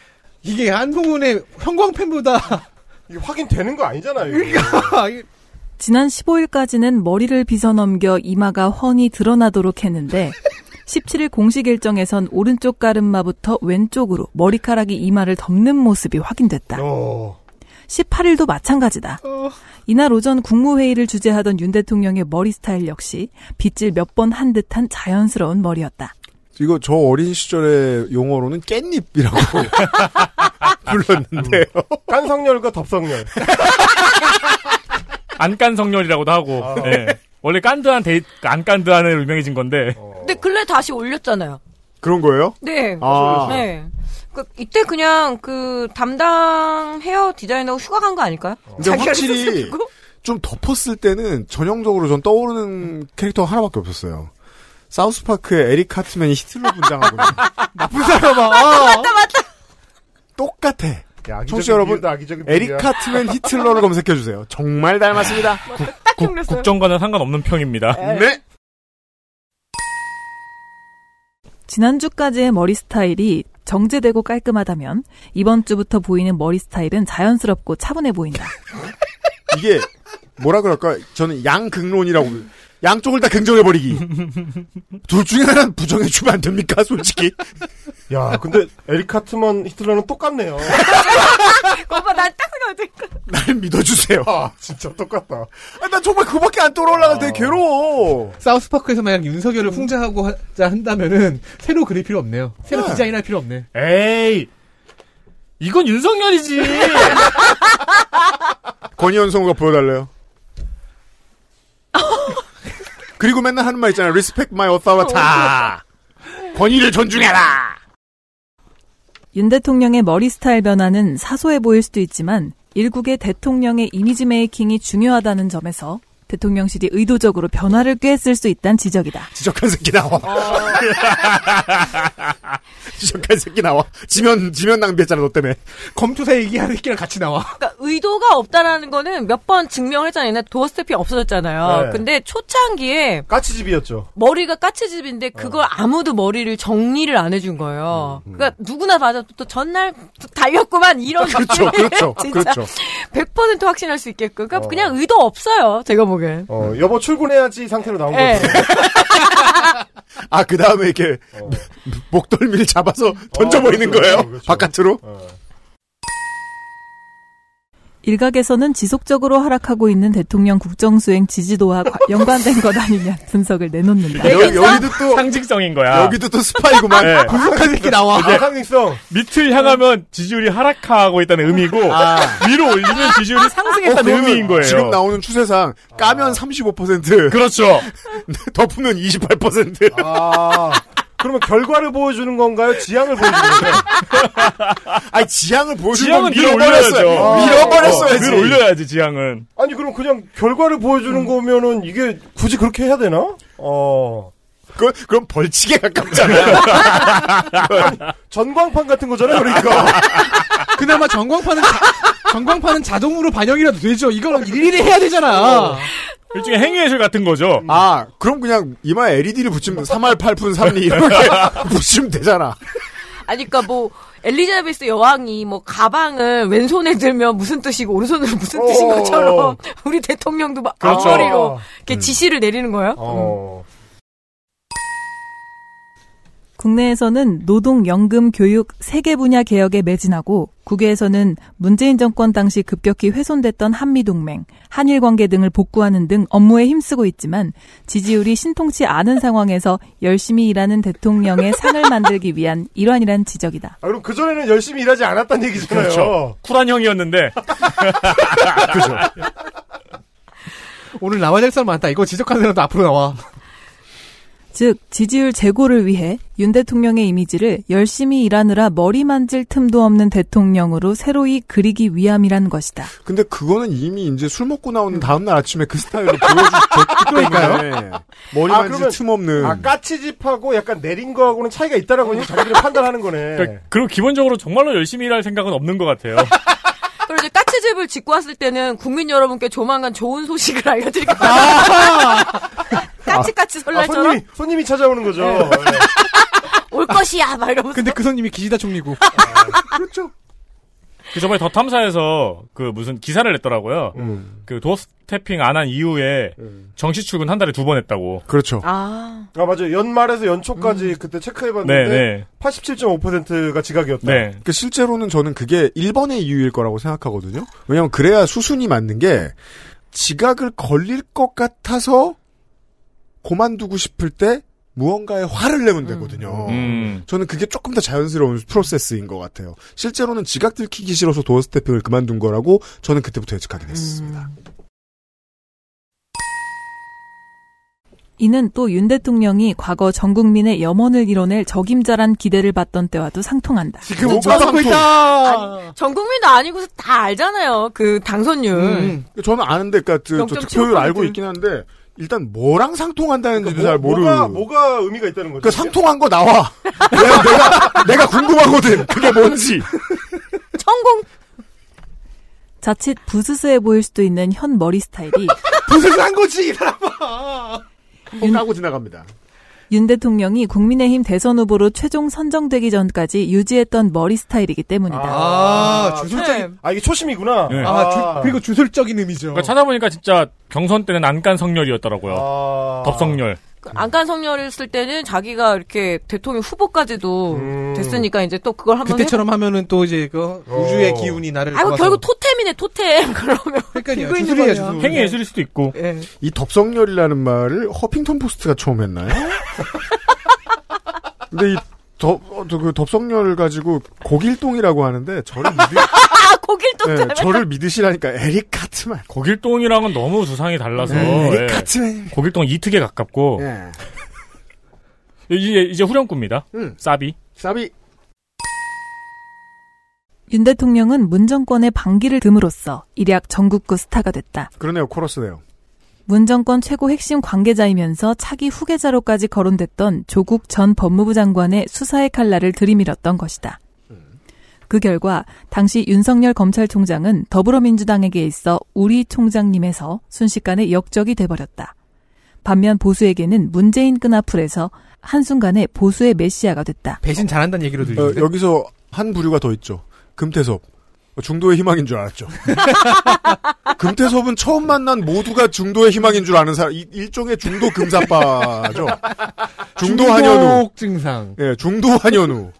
S4: 이게 한동훈의 형광펜보다
S5: 이게 확인되는 거 아니잖아요.
S2: 지난 15일까지는 머리를 빗어넘겨 이마가 훤히 드러나도록 했는데 17일 공식 일정에선 오른쪽 가르마부터 왼쪽으로 머리카락이 이마를 덮는 모습이 확인됐다. 18일도 마찬가지다. 이날 오전 국무회의를 주재하던 윤 대통령의 머리 스타일 역시 빗질 몇 번 한 듯한 자연스러운 머리였다.
S3: 이거 저 어린 시절의 용어로는 깻잎이라고 불렀는데요.
S5: 깐성열과 덥성열.
S6: 안깐성렬이라고도 하고. 예. 원래 깐드한 데이, 안깐드한으로 유명해진 건데.
S7: 근데 근래 다시 올렸잖아요.
S3: 그런 거예요?
S7: 네.
S6: 아.
S7: 네. 그, 이때 그냥 그 담당 헤어 디자이너가 휴가 간 거 아닐까요?
S5: 네,
S3: 근데
S7: 자기가
S3: 확실히
S7: 스스로.
S3: 좀 덮었을 때는 전형적으로 전 떠오르는 캐릭터 하나밖에 없었어요. 사우스파크의 에릭 카트맨이 히틀러 분장하고 나쁜 사람아.
S7: 맞다 맞다.
S3: 똑같아.
S5: 악의적인
S3: 청취자 여러분,
S5: 비유다, 악의적인
S3: 에릭
S5: 비유야.
S3: 카트맨 히틀러를 검색해주세요. 정말 닮았습니다.
S6: 국정과는 상관없는 평입니다.
S3: 네.
S2: 지난주까지의 머리 스타일이 정제되고 깔끔하다면 이번 주부터 보이는 머리 스타일은 자연스럽고 차분해 보인다.
S3: 이게 뭐라 그럴까? 저는 양극론이라고 양쪽을 다 긍정해버리기. 둘 중에 하나는 부정해주면 안 됩니까? 솔직히.
S5: 야, 근데 에릭 카트먼 히틀러는 똑같네요.
S7: 오빠 난딱 생각했지.
S3: 날 믿어주세요.
S5: 아, 진짜 똑같다. 아.
S3: 아, 나 정말 그밖에 안 떠올라가 되게 괴로워.
S4: 사우스파크에서 만약
S7: 음.
S4: 윤석열을 풍자하고 하자 한다면은 새로 그릴 필요 없네요. 새로
S6: 네.
S4: 디자인할 필요 없네.
S6: 에이, 이건 윤석열이지.
S3: 권희연 성우가 보여달래요. 그리고 맨날 하는 말 있잖아. Respect my authority.
S4: 아.
S3: 권위를 존중해라.
S2: 윤 대통령의 머리 스타일 변화는 사소해 보일 수도 있지만 일국의 대통령의 이미지 메이킹이 중요하다는 점에서 대통령실이 의도적으로 변화를 꾀했을 수 있다는 지적이다.
S3: 지적한 새끼 나와.
S4: 어.
S3: 지적한 새끼 나와. 지면 지면 낭비했잖아 너 때문에.
S4: 검투사 얘기하는 새끼랑 같이 나와.
S7: 그러니까 의도가 없다라는 거는 몇 번 증명을 했잖아요. 옛날 도어스텝이 없어졌잖아요.
S5: 네.
S7: 근데 초창기에
S5: 까치집이었죠.
S7: 머리가 까치집인데 그걸
S5: 어.
S7: 아무도 머리를 정리를 안 해준 거예요.
S5: 음,
S7: 그러니까 누구나 봐도 또 전날 달렸구만 이런
S5: 그렇죠, 그렇죠,
S7: 진짜
S5: 그렇죠.
S7: 100% 확신할 수 있게끔. 그러니까 그냥 의도 없어요. 제가 보기엔.
S5: 어,
S3: 음.
S5: 여보 출근해야지 상태로 나온
S7: 예.
S5: 거죠.
S3: 아, 그 다음에 이렇게
S4: 어.
S3: 목덜미를 잡아서 던져버리는
S5: 그렇죠,
S3: 거예요?
S5: 그렇죠, 그렇죠.
S3: 바깥으로?
S2: 일각에서는 지속적으로 하락하고 있는 대통령 국정 수행 지지도와 과- 연관된 것 아니냐 분석을
S4: 네,
S2: 내놓는다.
S6: 또 상징성인 거야.
S3: 여기도 또 스파이구만. 어,
S4: 불쌍한 네. 새끼 나와.
S3: 네.
S5: 아, 상징성.
S6: 밑을 향하면 지지율이 하락하고 있다는 의미고 위로 올리면 지지율이 상승했다는
S3: 그러면
S4: 어,
S6: 의미인 거예요.
S3: 지금 나오는 추세상
S4: 아.
S3: 까면 35%.
S6: 그렇죠.
S3: 덮으면 28%.
S5: 아, 그러면 결과를 보여주는 건가요? 지향을 보여주는 건가요?
S3: 아니, 지향을 보여주는
S6: 지향은
S3: 건
S6: 위로
S3: 밀어버렸어요.
S6: 올려야죠.
S3: 밀어버렸어야지.
S6: 위로 올려야지 지향은.
S5: 아니 그럼 그냥 결과를 보여주는
S3: 음.
S5: 거면은 이게 굳이 그렇게 해야 되나? 어.
S3: 그, 그럼 벌칙에 가깝잖아.
S5: 전광판 같은 거잖아요,
S3: 음.
S5: 그러니까.
S4: 그나마 전광판은 자, 전광판은 자동으로 반영이라도 되죠. 이걸 일일이 해야 되잖아.
S7: 어.
S6: 일종의 행위예술 같은 거죠.
S3: 아, 그럼 그냥 이마에 LED를 붙이면 3할 8푼 3리 이렇게 붙이면 되잖아.
S7: 아니 그러니까 뭐 엘리자베스 여왕이 뭐 가방을 왼손에 들면 무슨 뜻이고 오른손으로 무슨 뜻인 것처럼 우리 대통령도 막
S5: 어. 그렇죠.
S7: 앞머리로 이렇게 지시를 내리는 거예요. 음.
S5: 어.
S2: 국내에서는 노동, 연금, 교육 세 개 분야 개혁에 매진하고 국외에서는 문재인 정권 당시 급격히 훼손됐던 한미동맹, 한일 관계 등을 복구하는 등 업무에 힘쓰고 있지만 지지율이 신통치 않은 상황에서 열심히 일하는 대통령의 상을 만들기 위한 일환이란 지적이다.
S5: 아, 그럼 그전에는 열심히 일하지 않았다는 얘기잖아요.
S6: 그렇죠. 쿨한 형이었는데
S4: 오늘 나와야 될 사람 많다. 이거 지적하는 사람도 앞으로 나와.
S2: 즉 지지율 제고를 위해 윤 대통령의 이미지를 열심히 일하느라 머리 만질 틈도 없는 대통령으로 새로이 그리기 위함이란 것이다.
S3: 근데 그거는 이미 이제 술 먹고 나오는 다음날 아침에 그 스타일로 보여주셨기 때문에. 머리
S5: 아,
S3: 만질
S5: 그러면-
S3: 틈 없는.
S5: 아, 까치집하고 약간 내린 거하고는 차이가 있다라고 이제 자기들이 판단하는 거네.
S6: 그러니까 그리고 기본적으로 정말로 열심히 일할 생각은 없는 것 같아요.
S7: 그리고 이제 까치집을 짓고 왔을 때는 국민 여러분께 조만간 좋은 소식을 알려드리겠다. 까치까치
S5: 아,
S7: 설날처럼
S5: 손님이, 손님이 찾아오는 거죠. 예.
S7: 올 것이야 막 이러면서.
S4: 근데 그 손님이 기시다 총리고.
S5: 그렇죠.
S6: 그 저번에 더 탐사에서 그 무슨 기사를 냈더라고요. 그 도어 스태핑 안 한 이후에 정시 출근 한 달에 두 번 했다고.
S3: 그렇죠.
S7: 아.
S5: 아, 맞아요. 연말에서 연초까지 그때 체크해봤는데.
S6: 네, 네.
S5: 87.5%가 지각이었다.
S3: 그 실제로는 저는 그게 1번의 이유일 거라고 생각하거든요. 왜냐면 그래야 수순이 맞는 게 지각을 걸릴 것 같아서 고만두고 싶을 때 무언가에 화를 내면 되거든요.
S6: 음.
S3: 저는 그게 조금 더 자연스러운 프로세스인 것 같아요. 실제로는 지각 들키기 싫어서 도어 스태핑을 그만둔 거라고 저는 그때부터 예측하게 됐습니다.
S2: 이는 또 윤 대통령이 과거 전 국민의 염원을 이뤄낼 적임자란 기대를 받던 때와도 상통한다.
S3: 지금
S7: 아니, 전 국민도 아니고서 다 알잖아요. 그 당선율.
S5: 음.
S4: 네.
S3: 저는 아는데, 그니까, 저, 저
S7: 0.75%
S3: 득표율 알고 있긴 한데, 일단 뭐랑 상통한다는지도 잘 모르고.
S5: 그러니까 뭐가, 그러니까 뭐가 의미가 있다는 거죠?
S3: 그 상통한 거 나와. 내가, 내가, 내가 궁금하거든. 그게 뭔지.
S7: 성공!
S2: 자칫 부스스해 보일 수도 있는 현 머리 스타일이
S14: 부스스 한 거지 이 사람아. 하고 지나갑니다.
S2: 윤 대통령이 국민의힘 대선 후보로 최종 선정되기 전까지 유지했던 머리 스타일이기 때문이다.
S14: 아, 주술적인.
S5: 아, 이게 초심이구나.
S6: 네.
S14: 아, 주-
S6: 아.
S14: 그리고 주술적인 의미죠.
S6: 그러니까 찾아보니까 진짜 경선 때는 안간 성렬이었더라고요.
S5: 아.
S6: 덥성렬.
S7: 안간 성렬했을 때는 자기가 이렇게 대통령 후보까지도
S5: 음.
S7: 됐으니까 이제 또 그걸 한번
S4: 그때처럼 하면은 또 이제 그 우주의 기운이
S7: 해...
S4: 나를.
S7: 어. 아이고
S4: 잡아서
S7: 거기서- 결국 토템이네 토템 그러면
S4: 그러니까요.
S7: 들고 있는
S4: 주술이에요,
S7: 거예요.
S4: 주술. 행위 예술일
S6: 수도 있고.
S14: 이 덥성열이라는 말을 허핑턴 포스트가 처음 했나요?
S3: 근데 이 덥, 어, 그 덥성열을 가지고 고길동이라고 하는데 저를 믿으,
S7: 아 고길동
S3: 네,
S7: 닮았다.
S3: 저를 믿으시라니까 에릭 카트만.
S6: 고길동이랑은 너무 두상이 달라서.
S14: 어,
S3: 네,
S6: 예.
S3: 같은.
S6: 고길동 이특에 가깝고.
S3: 예.
S6: 이제, 이제 후렴구입니다. 싸비.
S14: 싸비.
S2: 윤 대통령은 문정권의 반기를 듬으로써 일약 전국구 스타가 됐다.
S3: 그러네요, 코러스네요.
S2: 문정권 최고 핵심 관계자이면서 차기 후계자로까지 거론됐던 조국 전 법무부 장관의 수사의 칼날을 들이밀었던 것이다. 그 결과 당시 윤석열 검찰총장은 더불어민주당에게 있어 우리 총장님에서 순식간에 역적이 돼버렸다. 반면 보수에게는 문재인 끈 앞을에서 한순간에 보수의 메시아가 됐다.
S4: 배신 잘한다는 얘기로 들리는데.
S3: 어, 여기서 한 부류가 더 있죠. 금태섭. 어, 중도의 희망인 줄 알았죠. 금태섭은 처음 만난 모두가 중도의 희망인 줄 아는 사람, 이- 일종의 중도 금사빠죠. 중도 한현우.
S4: 중독 증상.
S3: 예, 중도 한현우.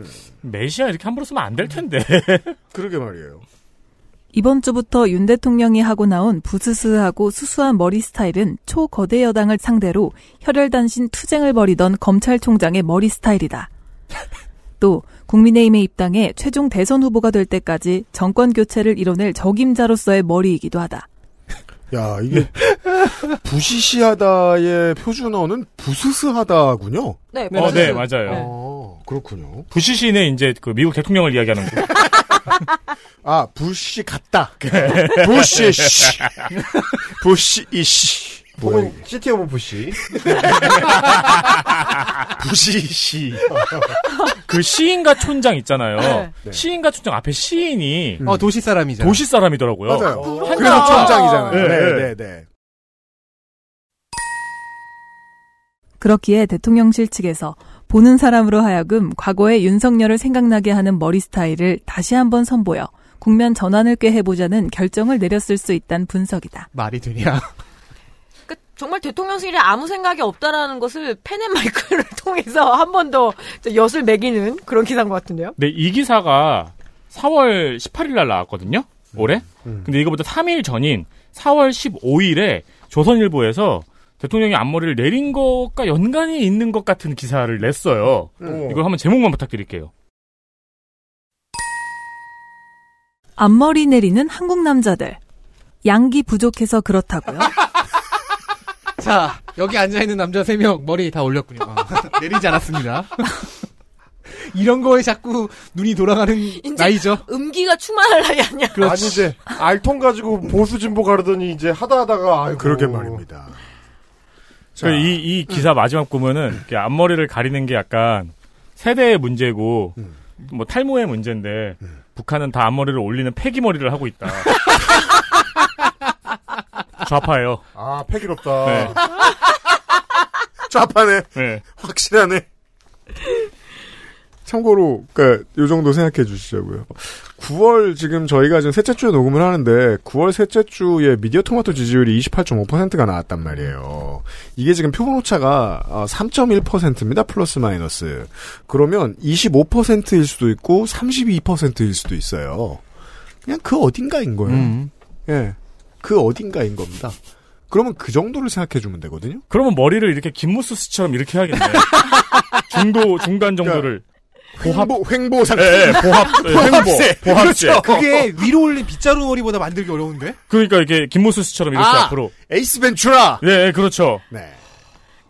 S6: 메시아 이렇게 함부로 쓰면 안 될 텐데.
S3: 그러게 말이에요.
S2: 이번 주부터 윤 대통령이 하고 나온 부스스하고 수수한 머리 스타일은 초거대 여당을 상대로 혈혈단신 투쟁을 벌이던 검찰총장의 머리 스타일이다. 또 국민의힘에 입당해 최종 대선 후보가 될 때까지 정권 교체를 이뤄낼 적임자로서의 머리이기도 하다.
S3: 야, 이게 부시시하다의 표준어는 부스스하다군요.
S7: 네,
S6: 어, 네, 맞아요.
S3: 어, 그렇군요.
S6: 부시시는 이제 그 미국 대통령을 이야기하는 거.
S3: 아, 부시 같다. 부시 씨. 부시 이씨.
S5: 혹은 시티 오브 부시.
S3: 부시 씨.
S6: 그 시인과 촌장 있잖아요.
S5: 네.
S6: 시인과 촌장 앞에 시인이
S4: 어, 도시 사람이잖아.
S6: 도시 사람이더라고요.
S3: 음.
S5: 어.
S3: 맞아요.
S6: 한강-
S3: 그래서 천장이잖아요. 네,
S6: 네,
S3: 네,
S6: 네.
S3: 네.
S2: 그렇기에 대통령실 측에서 보는 사람으로 하여금 과거의 윤석열을 생각나게 하는 머리 스타일을 다시 한번 선보여 국면 전환을 꾀해보자는 결정을 내렸을 수 있다는 분석이다.
S4: 말이 되냐?
S7: 그러니까 정말 대통령실에 아무 생각이 없다라는 것을 펜앤마이크를 통해서 한 번 더 엿을 매기는 그런 기사인 것 같은데요.
S6: 근데 이 기사가 4월 18일 날 나왔거든요.
S3: 음.
S6: 올해. 근데 이거보다 3일 전인 4월 15일에 조선일보에서 대통령이 앞머리를 내린 것과 연관이 있는 것 같은 기사를 냈어요.
S2: 음.
S6: 이걸 한번 제목만 부탁드릴게요.
S2: 앞머리 내리는 한국 남자들. 양기 부족해서 그렇다고요?
S4: 자, 여기 앉아있는 남자 3명 머리 다 올렸군요. 아, 내리지 않았습니다. 이런 거에 자꾸 눈이 돌아가는 나이죠.
S7: 음기가 충만할 나이 아니야.
S5: 아니 이제 알통 가지고 보수 진보 가르더니 이제 하다 하다가 아이고. 그러게 말입니다.
S6: 그 이, 이 기사
S7: 음.
S6: 마지막 보면은 이렇게 앞머리를 가리는 게 약간 세대의 문제고
S7: 음.
S6: 뭐 탈모의 문제인데 북한은 다 앞머리를 올리는 폐기머리를 하고 있다. 좌파예요.
S5: 아 패기롭다.
S6: 네.
S3: 좌파네.
S6: 네.
S3: 확실하네. 참고로, 그니까, 요 정도 생각해 주시자고요. 9월, 지금 저희가 지금 셋째 주에 녹음을 하는데, 9월 셋째 주에 미디어 토마토 지지율이 28.5%가 나왔단 말이에요. 이게 지금 표본 오차가 어, 3.1%입니다. 플러스 마이너스. 그러면 25%일 수도 있고, 32%일 수도 있어요. 그냥 그 어딘가인 거예요. 예. 그 어딘가인 겁니다. 그러면 그 정도를 생각해 주면 되거든요.
S6: 그러면 머리를 이렇게 김무스스처럼 이렇게 해야겠네. 중도 중간 정도를
S3: 횡보 횡보
S6: 상태. 예, 예, 보합, 예,
S4: 보합세.
S6: 횡보, 보합세.
S4: 그렇죠. 그게 위로 올린 빗자루 머리보다 만들기 어려운데?
S6: 그러니까 이게 김무스스처럼 이렇게
S4: 아,
S6: 앞으로.
S3: 에이스 벤츄라.
S6: 네, 그렇죠.
S3: 네.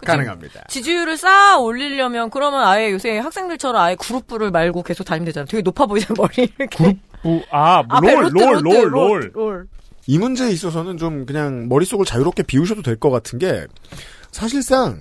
S6: 가능합니다.
S7: 지지율을 쌓아 올리려면 그러면 아예 요새 학생들처럼 아예 그룹부를 말고 계속 다니면 되잖아요. 되게 높아 보이잖아 머리 이렇게. 네,
S6: 그룹부 아,
S7: 앞에 로트, 로트,
S3: 롤,
S7: 롤,
S3: 롤.
S7: 롤.
S3: 이 문제에 있어서는 좀 그냥 머릿속을 자유롭게 비우셔도 될 것 같은 게 사실상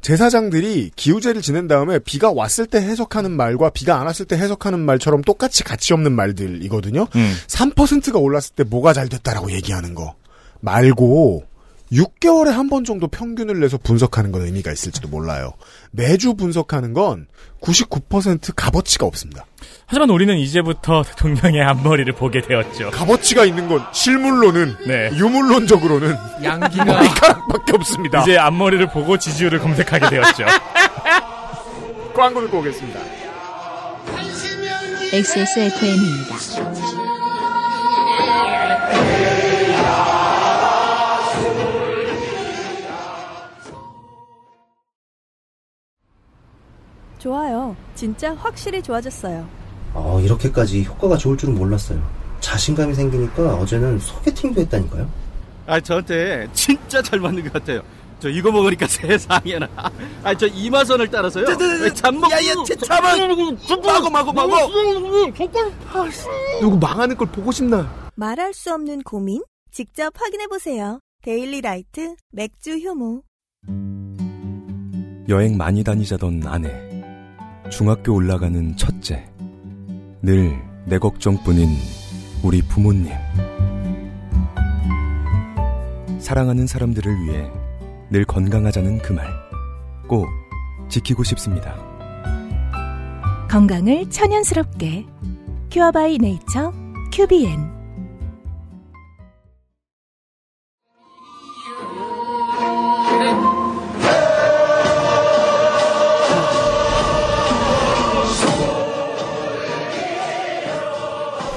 S3: 제사장들이 기우제를 지낸 다음에 비가 왔을 때 해석하는 말과 비가 안 왔을 때 해석하는 말처럼 똑같이 가치 없는 말들이거든요. 3%가 올랐을 때 뭐가 잘 됐다라고 얘기하는 거 말고 6개월에 한 번 정도 평균을 내서 분석하는 건 의미가 있을지도 몰라요. 매주 분석하는 건 99% 값어치가 없습니다.
S6: 하지만 우리는 이제부터 대통령의 앞머리를 보게 되었죠.
S3: 값어치가 있는 건 실물로는 유물론적으로는
S6: 양기가
S3: 머리카락밖에 없습니다.
S6: 이제 앞머리를 보고 지지율을 검색하게 되었죠.
S3: 광고 듣고 오겠습니다.
S8: XSFM입니다.
S11: 좋아요. 진짜 확실히 좋아졌어요.
S15: 어, 이렇게까지 효과가 좋을 줄은 몰랐어요. 자신감이 생기니까 어제는 소개팅도 했다니까요.
S16: 아 저한테 진짜 잘 맞는 것 같아요. 저 이거 먹으니까 세상에나. 아 저 이마선을 따라서요.
S3: 네,
S16: 잠먹.
S12: 야야,
S16: 잠만. 마고 마고 마고.
S9: 누구 망하는 걸 보고 싶나요?
S11: 말할 수 없는 고민? 직접 확인해보세요. 데일리 라이트 맥주 효모.
S17: 여행 많이 다니자던 아내, 중학교 올라가는 첫째, 늘 내 걱정뿐인 우리 부모님. 사랑하는 사람들을 위해 늘 건강하자는 그 말, 꼭 지키고 싶습니다.
S18: 건강을 천연스럽게 큐어바이 네이처 큐비엔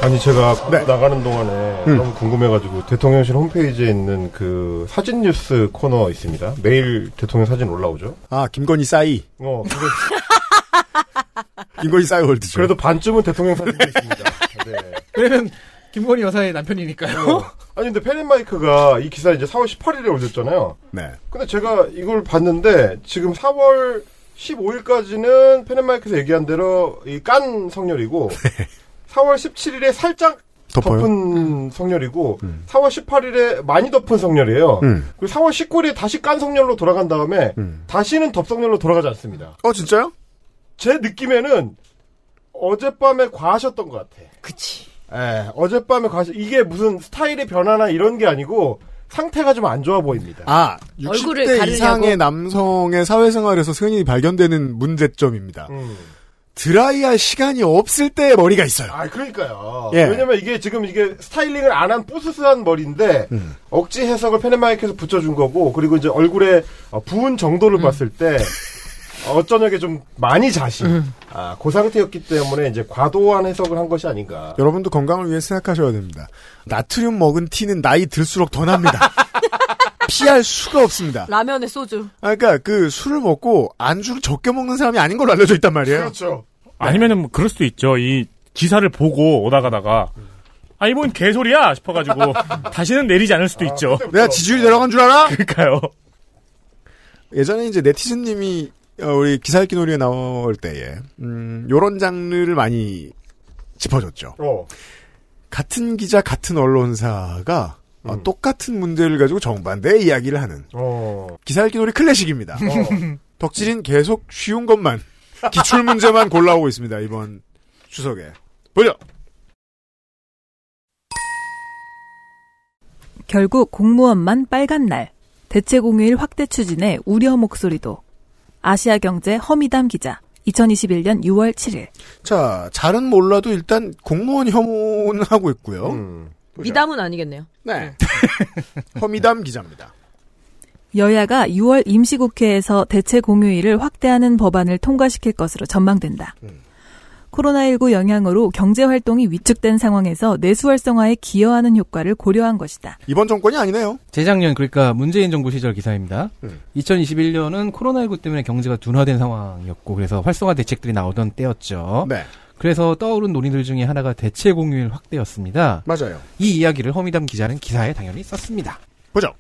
S5: 아니 제가 나가는 동안에 너무 궁금해가지고 대통령실 홈페이지에 있는 그 사진 뉴스 코너 있습니다. 매일 대통령 사진 올라오죠.
S3: 아 김건희 싸이.
S5: 어.
S3: 김건희 싸이 월드죠.
S5: 그래도 반쯤은 대통령 사진도 있습니다. 네.
S4: 왜냐면 김건희 여사의 남편이니까요.
S5: 아니 근데 페린마이크가 이 기사 이제 4월 18일에 올렸잖아요.
S3: 네.
S5: 근데 제가 이걸 봤는데 지금 4월 15일까지는 페렌마이크에서 얘기한 대로 이 깐 성렬이고 4월 17일에 살짝
S3: 덮어요?
S5: 은 성렬이고 4월 18일에 많이 덮은 성렬이에요.
S3: 음.
S5: 그리고 4월 19일에 다시 깐 성렬로 돌아간 다음에 다시는 덥 성렬로 돌아가지 않습니다.
S3: 어 진짜요?
S5: 제 느낌에는 어젯밤에 과하셨던 것 같아.
S7: 그치.
S5: 예, 어젯밤에 과하셨. 이게 무슨 스타일의 변화나 이런 게 아니고 상태가 좀 안 좋아 보입니다.
S3: 아,
S7: 얼굴을
S3: 60대 이상의 남성의 사회생활에서 흔히 발견되는 문제점입니다. 드라이할 시간이 없을 때 머리가 있어요.
S5: 아, 그러니까요.
S3: 예.
S5: 왜냐면 이게 지금 이게 스타일링을 안 한 뿌스스한 머리인데
S3: 음.
S5: 억지 해석을 페네마이크에서 붙여준 거고 그리고 이제 얼굴에 어, 부은
S3: 음.
S5: 정도를 봤을 때 어쩌냐게 좀 많이 자신.
S3: 음.
S5: 아, 그 상태였기 때문에 이제 과도한 해석을 한 것이 아닌가.
S3: 여러분도 건강을 위해 생각하셔야 됩니다. 나트륨 먹은 티는 나이 들수록 더 납니다. 피할 수가 없습니다.
S7: 라면에 소주.
S3: 아, 그러니까 그 술을 먹고 안주를 적게 먹는 사람이 아닌 걸로 알려져 있단 말이에요.
S5: 그렇죠.
S6: 아니면은 뭐 그럴 수도 있죠. 이 기사를 보고 오다가다가 아 이번 개소리야 싶어가지고 다시는 내리지 않을 수도 있죠.
S3: 내가 지지율이 내려간 줄 알아?
S6: 그러니까요.
S3: 예전에 이제 네티즌님이 어, 우리 기사 읽기 놀이에 나올 때에 음, 요런 장르를 많이 짚어줬죠.
S5: 어.
S3: 같은 기자 같은 언론사가 어, 똑같은 문제를 가지고 정반대의 이야기를 하는
S5: 어.
S3: 기사 읽기 놀이 클래식입니다. 덕질인 계속 쉬운 것만 기출 문제만 골라오고 있습니다. 이번 추석에 보죠.
S2: 결국 공무원만 빨간 날. 대체 공휴일 확대 추진에 우려 목소리도. 아시아경제 허미담 기자. 2021년 6월 7일.
S3: 자, 잘은 몰라도 일단 공무원 혐오는 하고 있고요.
S7: 미담은 아니겠네요.
S3: 네. 허미담 기자입니다.
S2: 여야가 6월 임시국회에서 대체 공휴일을 확대하는 법안을 통과시킬 것으로 전망된다. 코로나19 영향으로 경제 활동이 위축된 상황에서 내수 활성화에 기여하는 효과를 고려한 것이다.
S3: 이번 정권이 아니네요.
S4: 재작년 그러니까 문재인 정부 시절 기사입니다. 2021년은 코로나19 때문에 경제가 둔화된 상황이었고 그래서 활성화 대책들이 나오던 때였죠.
S3: 네.
S4: 그래서 떠오른 논의들 중에 하나가 대체 공휴일 확대였습니다.
S3: 맞아요.
S4: 이 이야기를 허미담 기자는 기사에 당연히 썼습니다.
S3: 보죠.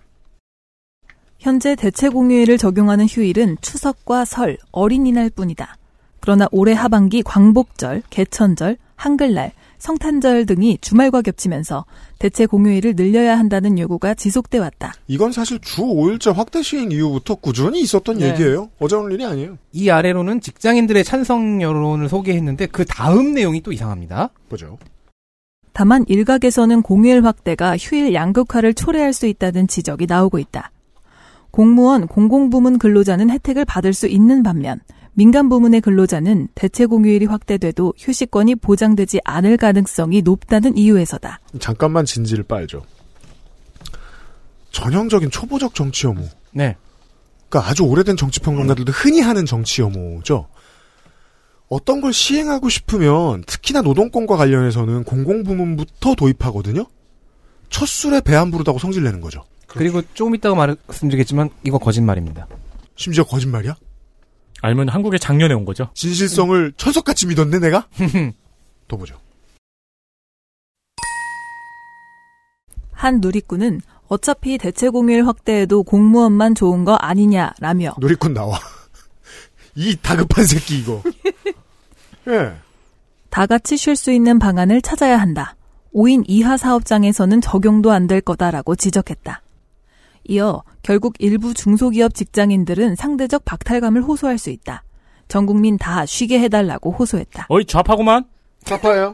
S2: 현재 대체 공휴일을 적용하는 휴일은 추석과 설, 어린이날 뿐이다. 그러나 올해 하반기 광복절, 개천절, 한글날, 성탄절 등이 주말과 겹치면서 대체 공휴일을 늘려야 한다는 요구가 지속돼 왔다.
S3: 이건 사실 주 5일제 확대 시행 이후부터 꾸준히 있었던
S4: 네.
S3: 얘기예요. 어제 오늘 일이 아니에요.
S4: 이 아래로는 직장인들의 찬성 여론을 소개했는데 그 다음 내용이 또 이상합니다.
S3: 보죠.
S2: 다만 일각에서는 공휴일 확대가 휴일 양극화를 초래할 수 있다는 지적이 나오고 있다. 공무원, 공공부문 근로자는 혜택을 받을 수 있는 반면 민간 부문의 근로자는 대체 공휴일이 확대돼도 휴식권이 보장되지 않을 가능성이 높다는 이유에서다.
S3: 잠깐만 진지를 빨죠. 전형적인 초보적 정치 혐오.
S4: 네.
S3: 그러니까 아주 오래된 정치 평론가들도 흔히 하는 정치 혐오죠. 어떤 걸 시행하고 싶으면 특히나 노동권과 관련해서는 공공부문부터 도입하거든요. 첫 술에 배 안 부르다고 성질내는 거죠.
S4: 그리고좀 이따가 말씀드리겠지만 이거 거짓말입니다.
S3: 심지어 거짓말이야?
S6: 알면 한국에 작년에 온 거죠.
S3: 진실성을 철석같이 믿었네 내가? 더 보죠.
S2: 한 누리꾼은 어차피 대체 공휴일 확대에도 공무원만 좋은 거 아니냐라며
S3: 누리꾼 나와. 이 다급한 새끼 이거. 예.
S2: 다 같이 쉴 수 있는 방안을 찾아야 한다. 5인 이하 사업장에서는 적용도 안 될 거다라고 지적했다. 이어 결국 일부 중소기업 직장인들은 상대적 박탈감을 호소할 수 있다. 전 국민 다 쉬게 해달라고 호소했다.
S6: 어이 좌파구만.
S3: 좌파예요.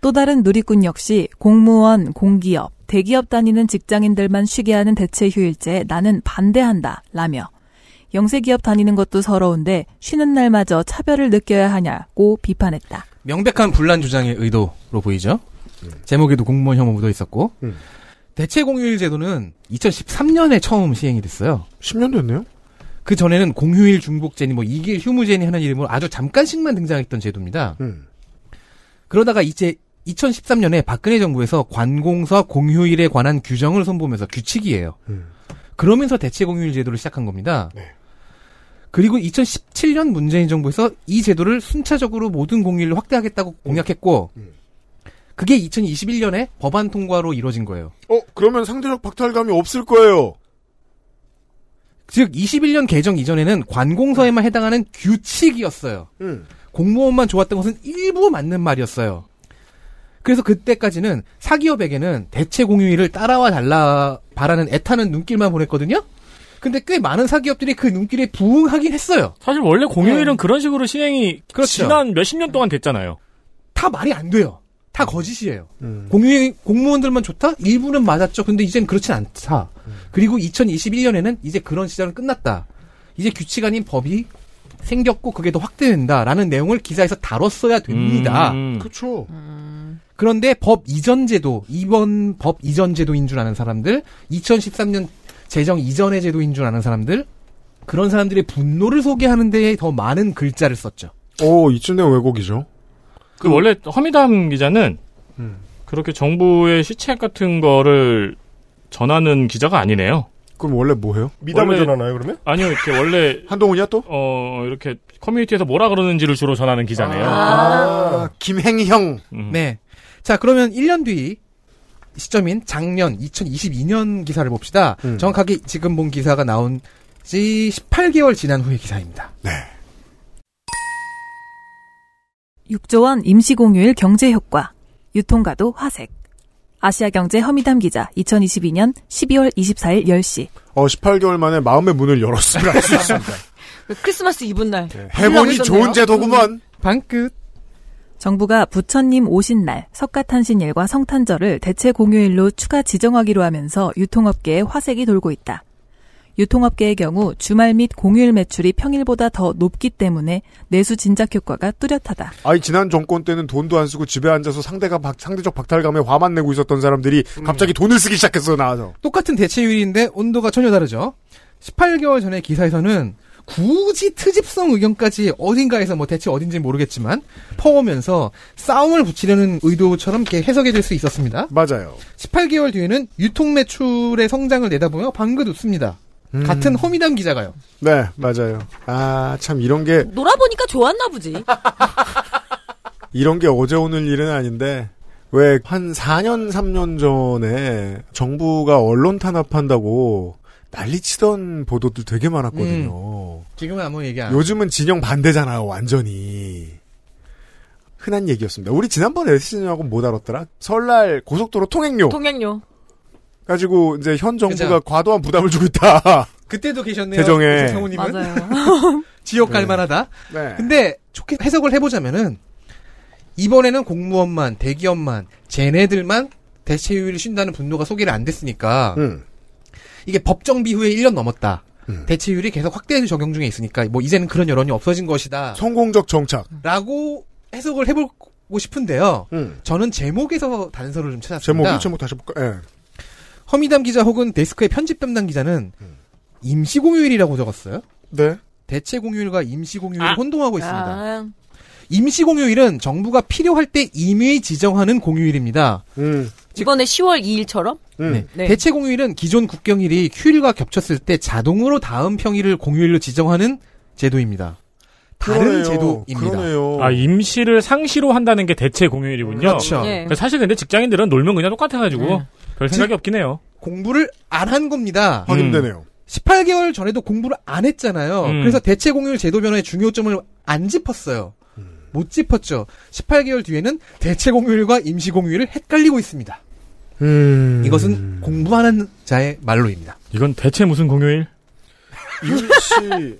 S2: 또 다른 누리꾼 역시 공무원, 공기업, 대기업 다니는 직장인들만 쉬게 하는 대체 휴일제 나는 반대한다 라며 영세기업 다니는 것도 서러운데 쉬는 날마저 차별을 느껴야 하냐고 비판했다.
S4: 명백한 분란 주장의 의도로 보이죠. 제목에도 공무원 혐오 묻어 있었고 대체 공휴일 제도는 2013년에 처음 시행이 됐어요.
S3: 10년 됐네요.
S4: 그 전에는 공휴일 중복제니 뭐 이길 휴무제니 하는 이름으로 아주 잠깐씩만 등장했던 제도입니다. 그러다가 이제 2013년에 박근혜 정부에서 관공서 공휴일에 관한 규정을 선보면서 규칙이에요. 그러면서 대체 공휴일 제도를 시작한 겁니다. 그리고 2017년 문재인 정부에서 이 제도를 순차적으로 모든 공휴일을 확대하겠다고 공약했고 그게 2021년에 법안 통과로 이루어진 거예요.
S3: 어 그러면 상대적 박탈감이 없을 거예요.
S4: 즉 21년 개정 이전에는 관공서에만 해당하는 규칙이었어요. 공무원만 좋았던 것은 일부 맞는 말이었어요. 그래서 그때까지는 사기업에게는 대체 공휴일을 따라와 달라 바라는 애타는 눈길만 보냈거든요. 근데 꽤 많은 사기업들이 그 눈길에 부응하긴 했어요.
S6: 사실 원래 공휴일은
S4: 네.
S6: 그런 식으로 시행이
S4: 그렇죠.
S6: 지난 몇십 년 동안 됐잖아요.
S4: 다 말이 안 돼요. 다 거짓이에요. 공휴일 공무원들만 좋다? 일부는 맞았죠. 근데 이젠 그렇진 않다. 그리고 2021년에는 이제 그런 시절은 끝났다. 이제 규칙 아닌 법이 생겼고 그게 더 확대된다라는 내용을 기사에서 다뤘어야
S6: 음.
S4: 됩니다.
S3: 그렇죠.
S4: 그런데 법 이전 제도, 이번 법 이전 제도인 줄 아는 사람들, 2013년 제정 이전의 제도인 줄 아는 사람들, 그런 사람들의 분노를 소개하는 데에 더 많은 글자를 썼죠.
S3: 오 어, 이쯤 되면 왜곡이죠.
S6: 그 원래 허미담 기자는 그렇게 정부의 시책 같은 거를 전하는 기자가 아니네요.
S3: 그럼 원래 뭐 해요?
S6: 미담을
S5: 전하나요, 그러면?
S6: 아니요, 이렇게 원래
S3: 한동훈이야 또?
S6: 어 이렇게 커뮤니티에서 뭐라 그러는지를 주로 전하는 기자네요.
S4: 아.
S3: 아.
S5: 아.
S3: 김행형.
S4: 네. 자, 그러면 1년 뒤 시점인 작년 2022년 기사를 봅시다. 정확하게 지금 본 기사가 나온 지 18개월 지난 후의 기사입니다.
S2: 6조 원 임시공휴일 경제 효과. 유통가도 화색. 아시아경제 허미담 기자 2022년 12월 24일 10시.
S3: 어 18개월 만에 마음의 문을 열었습니다.
S7: 그 크리스마스 이브 날.
S3: 해보니 좋은 제도구먼.
S4: 방긋.
S2: 정부가 부처님 오신 날, 석가탄신일과 성탄절을 대체 공휴일로 추가 지정하기로 하면서 유통업계에 화색이 돌고 있다. 유통업계의 경우 주말 및 공휴일 매출이 평일보다 더 높기 때문에 내수 진작 효과가 뚜렷하다.
S3: 아이 지난 정권 때는 돈도 안 쓰고 집에 앉아서 상대가 박- 상대적 박탈감에 화만 내고 있었던 사람들이 갑자기 돈을 쓰기 시작했어 나와서.
S4: 똑같은 대체율인데 온도가 전혀 다르죠. 18개월 전에 기사에서는 굳이 트집성 의견까지 어딘가에서 뭐 대체 어딘지 모르겠지만 퍼오면서 싸움을 붙이려는 의도처럼 이렇게 해석이 될 수 있었습니다.
S3: 맞아요.
S4: 18개월 뒤에는 유통 매출의 성장을 내다보며 방긋 웃습니다.
S3: 음.
S4: 같은 허미담 기자가요.
S3: 네 맞아요. 아 참 이런 게
S7: 놀아보니까 좋았나 보지.
S3: 이런 게 어제 오늘 일은 아닌데 왜 한 4년 3년 전에 정부가 언론 탄압한다고 난리치던 보도들 되게 많았거든요.
S4: 음. 지금은 아무 얘기 안.
S3: 요즘은 진영 반대잖아요, 완전히. 흔한 얘기였습니다. 우리 지난번에 에스진하고 못 알았더라. 설날 고속도로 통행료
S7: 통행료.
S3: 가지고 이제 현 정부가
S4: 그죠.
S3: 과도한 부담을 주고 있다.
S4: 그때도 계셨네요.
S3: 재정에.
S4: 성우님은
S7: 맞아요.
S4: 지역 갈만하다.
S3: 네.
S4: 근데 좋게 해석을 해보자면은 이번에는 공무원만 대기업만 쟤네들만 대체휴일을 쉰다는 분노가 소개를 안 됐으니까
S3: 음.
S4: 이게 법정 비후에 1년 넘었다.
S3: 음.
S4: 대체율이 계속 확대 적용 중에 있으니까 뭐 이제는 그런 여론이 없어진 것이다.
S3: 성공적 정착.
S4: 라고 해석을 해보고 싶은데요. 저는 제목에서 단서를 좀 찾았습니다.
S3: 제목이 제목 다시 볼까? 예.
S4: 허미담 기자 혹은 데스크의 편집 담당 기자는
S3: 음.
S4: 임시 공휴일이라고 적었어요.
S3: 네.
S4: 대체 공휴일과 임시 공휴일을
S3: 아.
S4: 혼동하고
S7: 아.
S4: 있습니다. 임시 공휴일은 정부가 필요할 때 임의 지정하는 공휴일입니다.
S3: 음.
S7: 이번에 10월 2일처럼?
S4: 네.
S7: 네.
S4: 대체 공휴일은 기존 국경일이 휴일과 겹쳤을 때 자동으로 다음 평일을 공휴일로 지정하는 제도입니다. 다른
S6: 그러네요.
S4: 제도입니다.
S6: 아 임시를 상시로 한다는 게 대체 공휴일이군요.
S4: 그렇죠. 예.
S6: 그러니까 사실 근데 직장인들은 놀면 그냥 똑같아가지고
S4: 네.
S6: 별 생각이 없긴 해요.
S4: 공부를 안 한 겁니다.
S3: 확인되네요.
S4: 18개월 전에도 공부를 안 했잖아요.
S6: 음.
S4: 그래서 대체 공휴일 제도 변화의 중요점을 안 짚었어요. 못 짚었죠. 18개월 뒤에는 대체 공휴일과 임시 공휴일을 헷갈리고 있습니다.
S6: 음.
S4: 이것은 공부하는 자의 말로입니다.
S6: 이건 대체 무슨 공휴일?
S3: 임시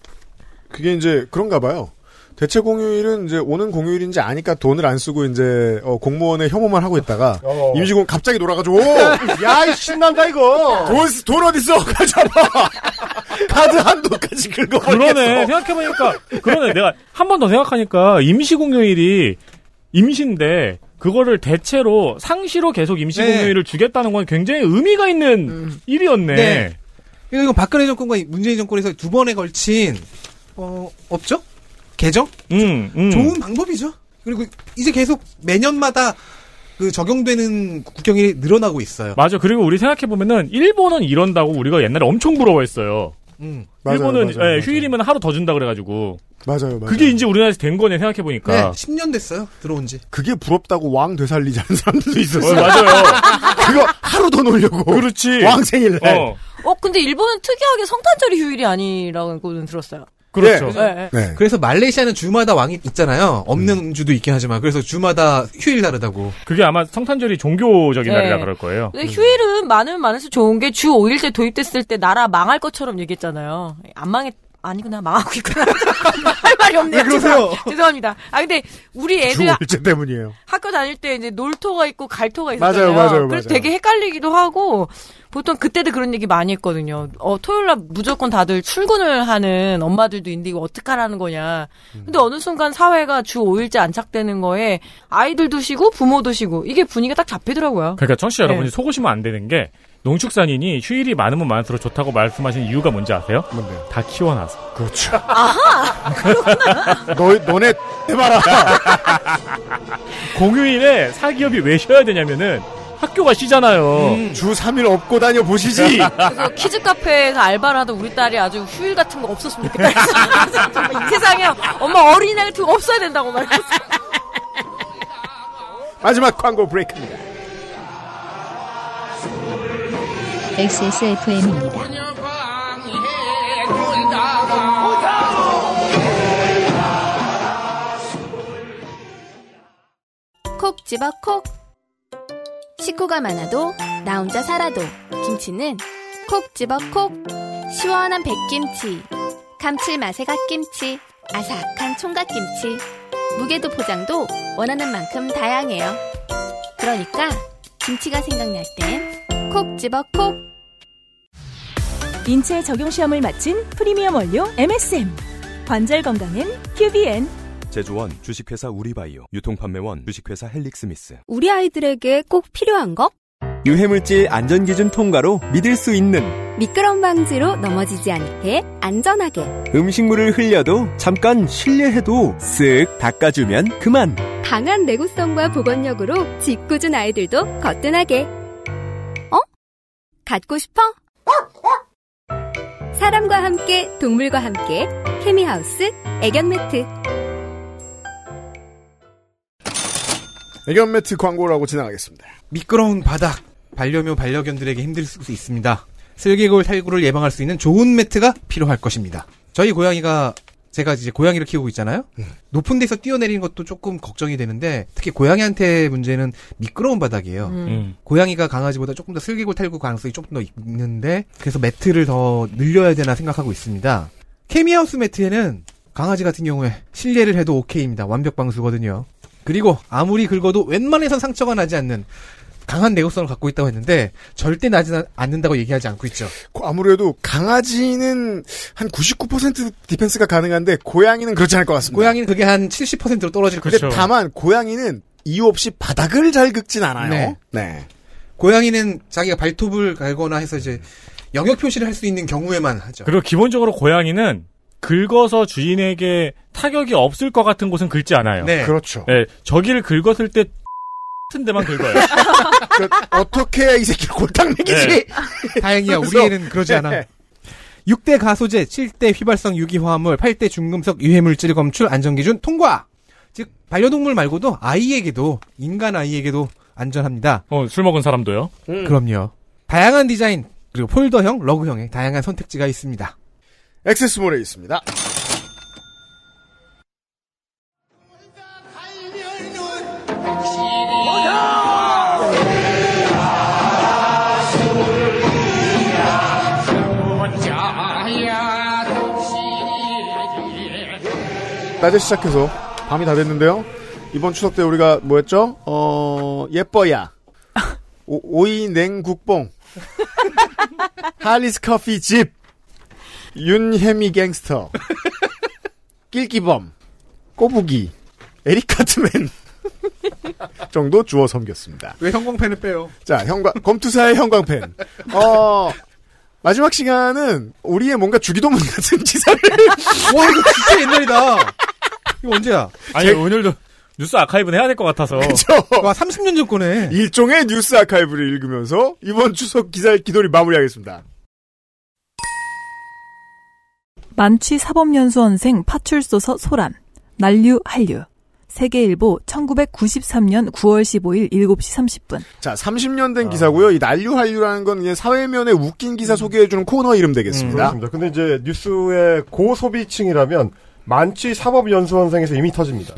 S3: 그게 이제 그런가 봐요. 대체 공휴일은 이제 오는 공휴일인지 아니까 돈을 안 쓰고 이제 어, 공무원의 혐오만 하고 있다가
S5: 어.
S3: 임시공 갑자기 놀아가지고
S5: 야, 이 신난다, 이거!
S3: 돈, 쓰- 돈 어딨어? 가져봐! 카드 한도까지 긁어.
S6: 그러네. 생각해보니까 그러네. 내가 한 번 더 생각하니까 임시 공휴일이 임시인데 그거를 대체로 상시로 계속 임시
S4: 네.
S6: 공휴일을 주겠다는 건 굉장히 의미가 있는 일이었네.
S4: 네. 이거 이건 박근혜 정권과 문재인 정권에서 두 번에 걸친 어 없죠? 개정?
S6: 음, 음.
S4: 좋은 방법이죠. 그리고 이제 계속 매년마다 그 적용되는 국경일이 늘어나고 있어요.
S6: 맞아. 그리고 우리 생각해보면은 일본은 이런다고 우리가 옛날에 엄청 부러워했어요.
S4: 음.
S6: 일본은 예, 휴일이면 하루 더 준다 그래가지고
S3: 맞아요, 맞아요.
S6: 그게 이제 우리나라에서 된 거네 생각해보니까.
S4: 네, 10년 됐어요. 들어온 지.
S3: 그게 부럽다고 왕 되살리자는 사람들도 있었어요.
S6: 어, 맞아요.
S3: 그거 하루 더 놀려고.
S6: 그렇지.
S3: 왕 생일날.
S6: 어.
S7: 어, 근데 일본은 특이하게 성탄절이 휴일이 아니라고는 들었어요.
S4: 그렇죠.
S7: 네, 네.
S4: 그래서 말레이시아는 주마다 왕이 있잖아요. 없는 주도 있긴 하지만 그래서 주마다 휴일 다르다고.
S6: 그게 아마 성탄절이 종교적인
S7: 네.
S6: 날이라 아, 그럴 거예요.
S7: 근데 휴일은 많으면 많을수록 좋은 게 주 5일제 도입됐을 때 나라 망할 것처럼 얘기했잖아요. 안 망했, 아니구나, 망하고 있구나. 할 말이 없네요.
S3: 왜 그러세요?
S7: 죄송- 죄송합니다. 아, 근데 우리
S6: 그
S7: 애들
S3: 주일제 때문이에요.
S7: 학교 다닐 때 이제 놀토가 있고 갈토가 있었잖아요.
S3: 맞아요, 맞아요,
S7: 그래서
S3: 맞아요.
S7: 되게 헷갈리기도 하고 보통 그때도 그런 얘기 많이 했거든요. 어, 토요일 날 무조건 다들 출근을 하는 엄마들도 있는데 이거 어떡하라는 거냐. 근데
S3: 음.
S7: 어느 순간 사회가 주 5일제 안착되는 거에 아이들도 쉬고 부모도 쉬고 이게 분위기가 딱 잡히더라고요.
S6: 그러니까 청취자 여러분이
S7: 네.
S6: 속으시면 안 되는 게 농축산인이 휴일이 많으면 많을수록 좋다고 말씀하신 이유가 뭔지 아세요?
S3: 뭔데요?
S6: 다 키워놔서.
S3: 그렇죠. 너, 너네 해봐라.
S6: 공휴일에 사기업이 왜 쉬어야 되냐면은 학교가 쉬잖아요.
S7: 음.
S3: 주 3일 업고 다녀 보시지.
S7: 그래서 키즈 카페에서 알바를 하던 우리 딸이 아주 휴일 같은 거 없었으면 좋겠다. 그래서 정말 이 세상에 엄마 어린이날 같은 거 없어야 된다고 말했어.
S3: 마지막 광고 브레이크입니다.
S8: XSFM입니다.
S13: 콕 집어 콕. 식구가 많아도 나 혼자 살아도 김치는 콕 집어 콕. 시원한 백김치, 감칠맛의 갓김치, 아삭한 총각김치. 무게도 포장도 원하는 만큼 다양해요. 그러니까 김치가 생각날 땐 콕 집어 콕.
S18: 인체 적용 시험을 마친 프리미엄 원료 MSM. 관절 건강엔 QBN.
S17: 제조원 주식회사 우리바이오 유통판매원 주식회사 헬릭스미스
S10: 우리 아이들에게 꼭 필요한 거?
S14: 유해물질 안전기준 통과로 믿을 수 있는
S10: 미끄럼 방지로 넘어지지 않게 안전하게
S14: 음식물을 흘려도 잠깐 실례해도 쓱 닦아주면 그만
S10: 강한 내구성과 보건력으로 짓궂은 아이들도 거뜬하게. 어? 갖고 싶어? 사람과 함께 동물과 함께 케미하우스 애견 매트.
S3: 애견 매트 광고라고 지나가겠습니다.
S4: 미끄러운 바닥. 반려묘 반려견들에게 힘들 수 있습니다. 슬개골 탈구를 예방할 수 있는 좋은 매트가 필요할 것입니다. 저희 고양이가 제가 이제 고양이를 키우고 있잖아요. 높은 데서 뛰어내리는 것도 조금 걱정이 되는데 특히 고양이한테 문제는 미끄러운 바닥이에요.
S6: 음. 음.
S4: 고양이가 강아지보다 조금 더 슬기고 탈구 가능성이 조금 더 있는데 그래서 매트를 더 늘려야 되나 생각하고 있습니다. 케미하우스 매트에는 강아지 같은 경우에 실례를 해도 오케이입니다. 완벽 방수거든요. 그리고 아무리 긁어도 웬만해선 상처가 나지 않는 강한 내구성을 갖고 있다고 했는데 절대 나지 않는다고 얘기하지 않고 있죠.
S3: 아무래도 강아지는 한 99% 디펜스가 가능한데 고양이는 그렇지 않을 것 같습니다.
S4: 고양이는 그렇죠. 그게 한 70%로 떨어질
S3: 근데
S4: 거죠.
S3: 다만 고양이는 이유 없이 바닥을 잘 긁진 않아요.
S4: 네.
S3: 네.
S4: 고양이는 자기가 발톱을 갈거나 해서 이제 영역 표시를 할 수 있는 경우에만 하죠.
S6: 그리고 기본적으로 고양이는 긁어서 주인에게 타격이 없을 것 같은 곳은 긁지 않아요.
S4: 네.
S3: 그렇죠.
S6: 네, 저기를 긁었을 때 같은 데만 긁어요.
S3: 어떻게 해야 이 새끼를 골탕 먹이지?
S4: 네. 다행이야.
S3: 그래서-
S4: 우리 애는 그러지 않아. 6대 가소제, 7대 휘발성 유기화합물, 8대 중금속 유해물질 검출 안전기준 통과! 즉, 반려동물 말고도 아이에게도, 인간 아이에게도 안전합니다.
S6: 어, 술 먹은 사람도요?
S4: 음. 그럼요. 다양한 디자인, 그리고 폴더형, 러그형의 다양한 선택지가 있습니다.
S3: 액세스몰에 있습니다. 낮에 시작해서 밤이 다 됐는데요. 이번 추석 때 우리가 뭐 했죠? 어, 예뻐야. 오, 이 냉국봉. 할리스 커피 집. 윤혜미 갱스터. 낄기범. 꼬부기. 에릭 카트맨. 정도 주워 섬겼습니다.
S4: 왜 형광펜을 빼요?
S3: 자, 형광, 검투사의 형광펜. 어, 마지막 시간은 우리의 뭔가 주기도문 같은 기사를.
S4: 와, 이거 진짜 옛날이다. 이거 언제야?
S6: 아니, 오늘도 뉴스 아카이브는 해야 될 것 같아서.
S4: 와, 30년 전 거네.
S3: 일종의 뉴스 아카이브를 읽으면서 이번 추석 기사의 기도리 마무리하겠습니다.
S2: 만취 사법연수원생 파출소서 소란. 난류 한류. 세계일보 1993년 9월 15일 7시 30분.
S3: 자, 30년 된 기사고요. 이 난류한류라는 건 그냥 사회면에 웃긴 기사 소개해주는 코너 이름 되겠습니다.
S5: 그렇습니다. 근데 이제 뉴스의 고소비층이라면 만취 사법연수원생에서 이미 터집니다.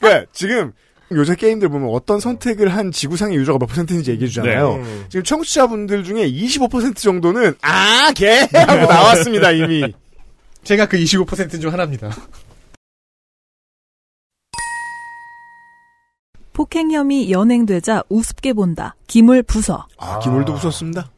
S3: 그러니까 지금 요새 게임들 보면 어떤 선택을 한 지구상의 유저가 몇 퍼센트인지 얘기해 주잖아요.
S5: 네. 음.
S3: 지금 청취자분들 중에 25% 정도는 아, 개 하고 나왔습니다, 이미.
S4: 제가 그 25% 중 하나입니다.
S2: 폭행 혐의 연행되자 우습게 본다. 기물 부서.
S3: 아, 기물도 웃었습니다.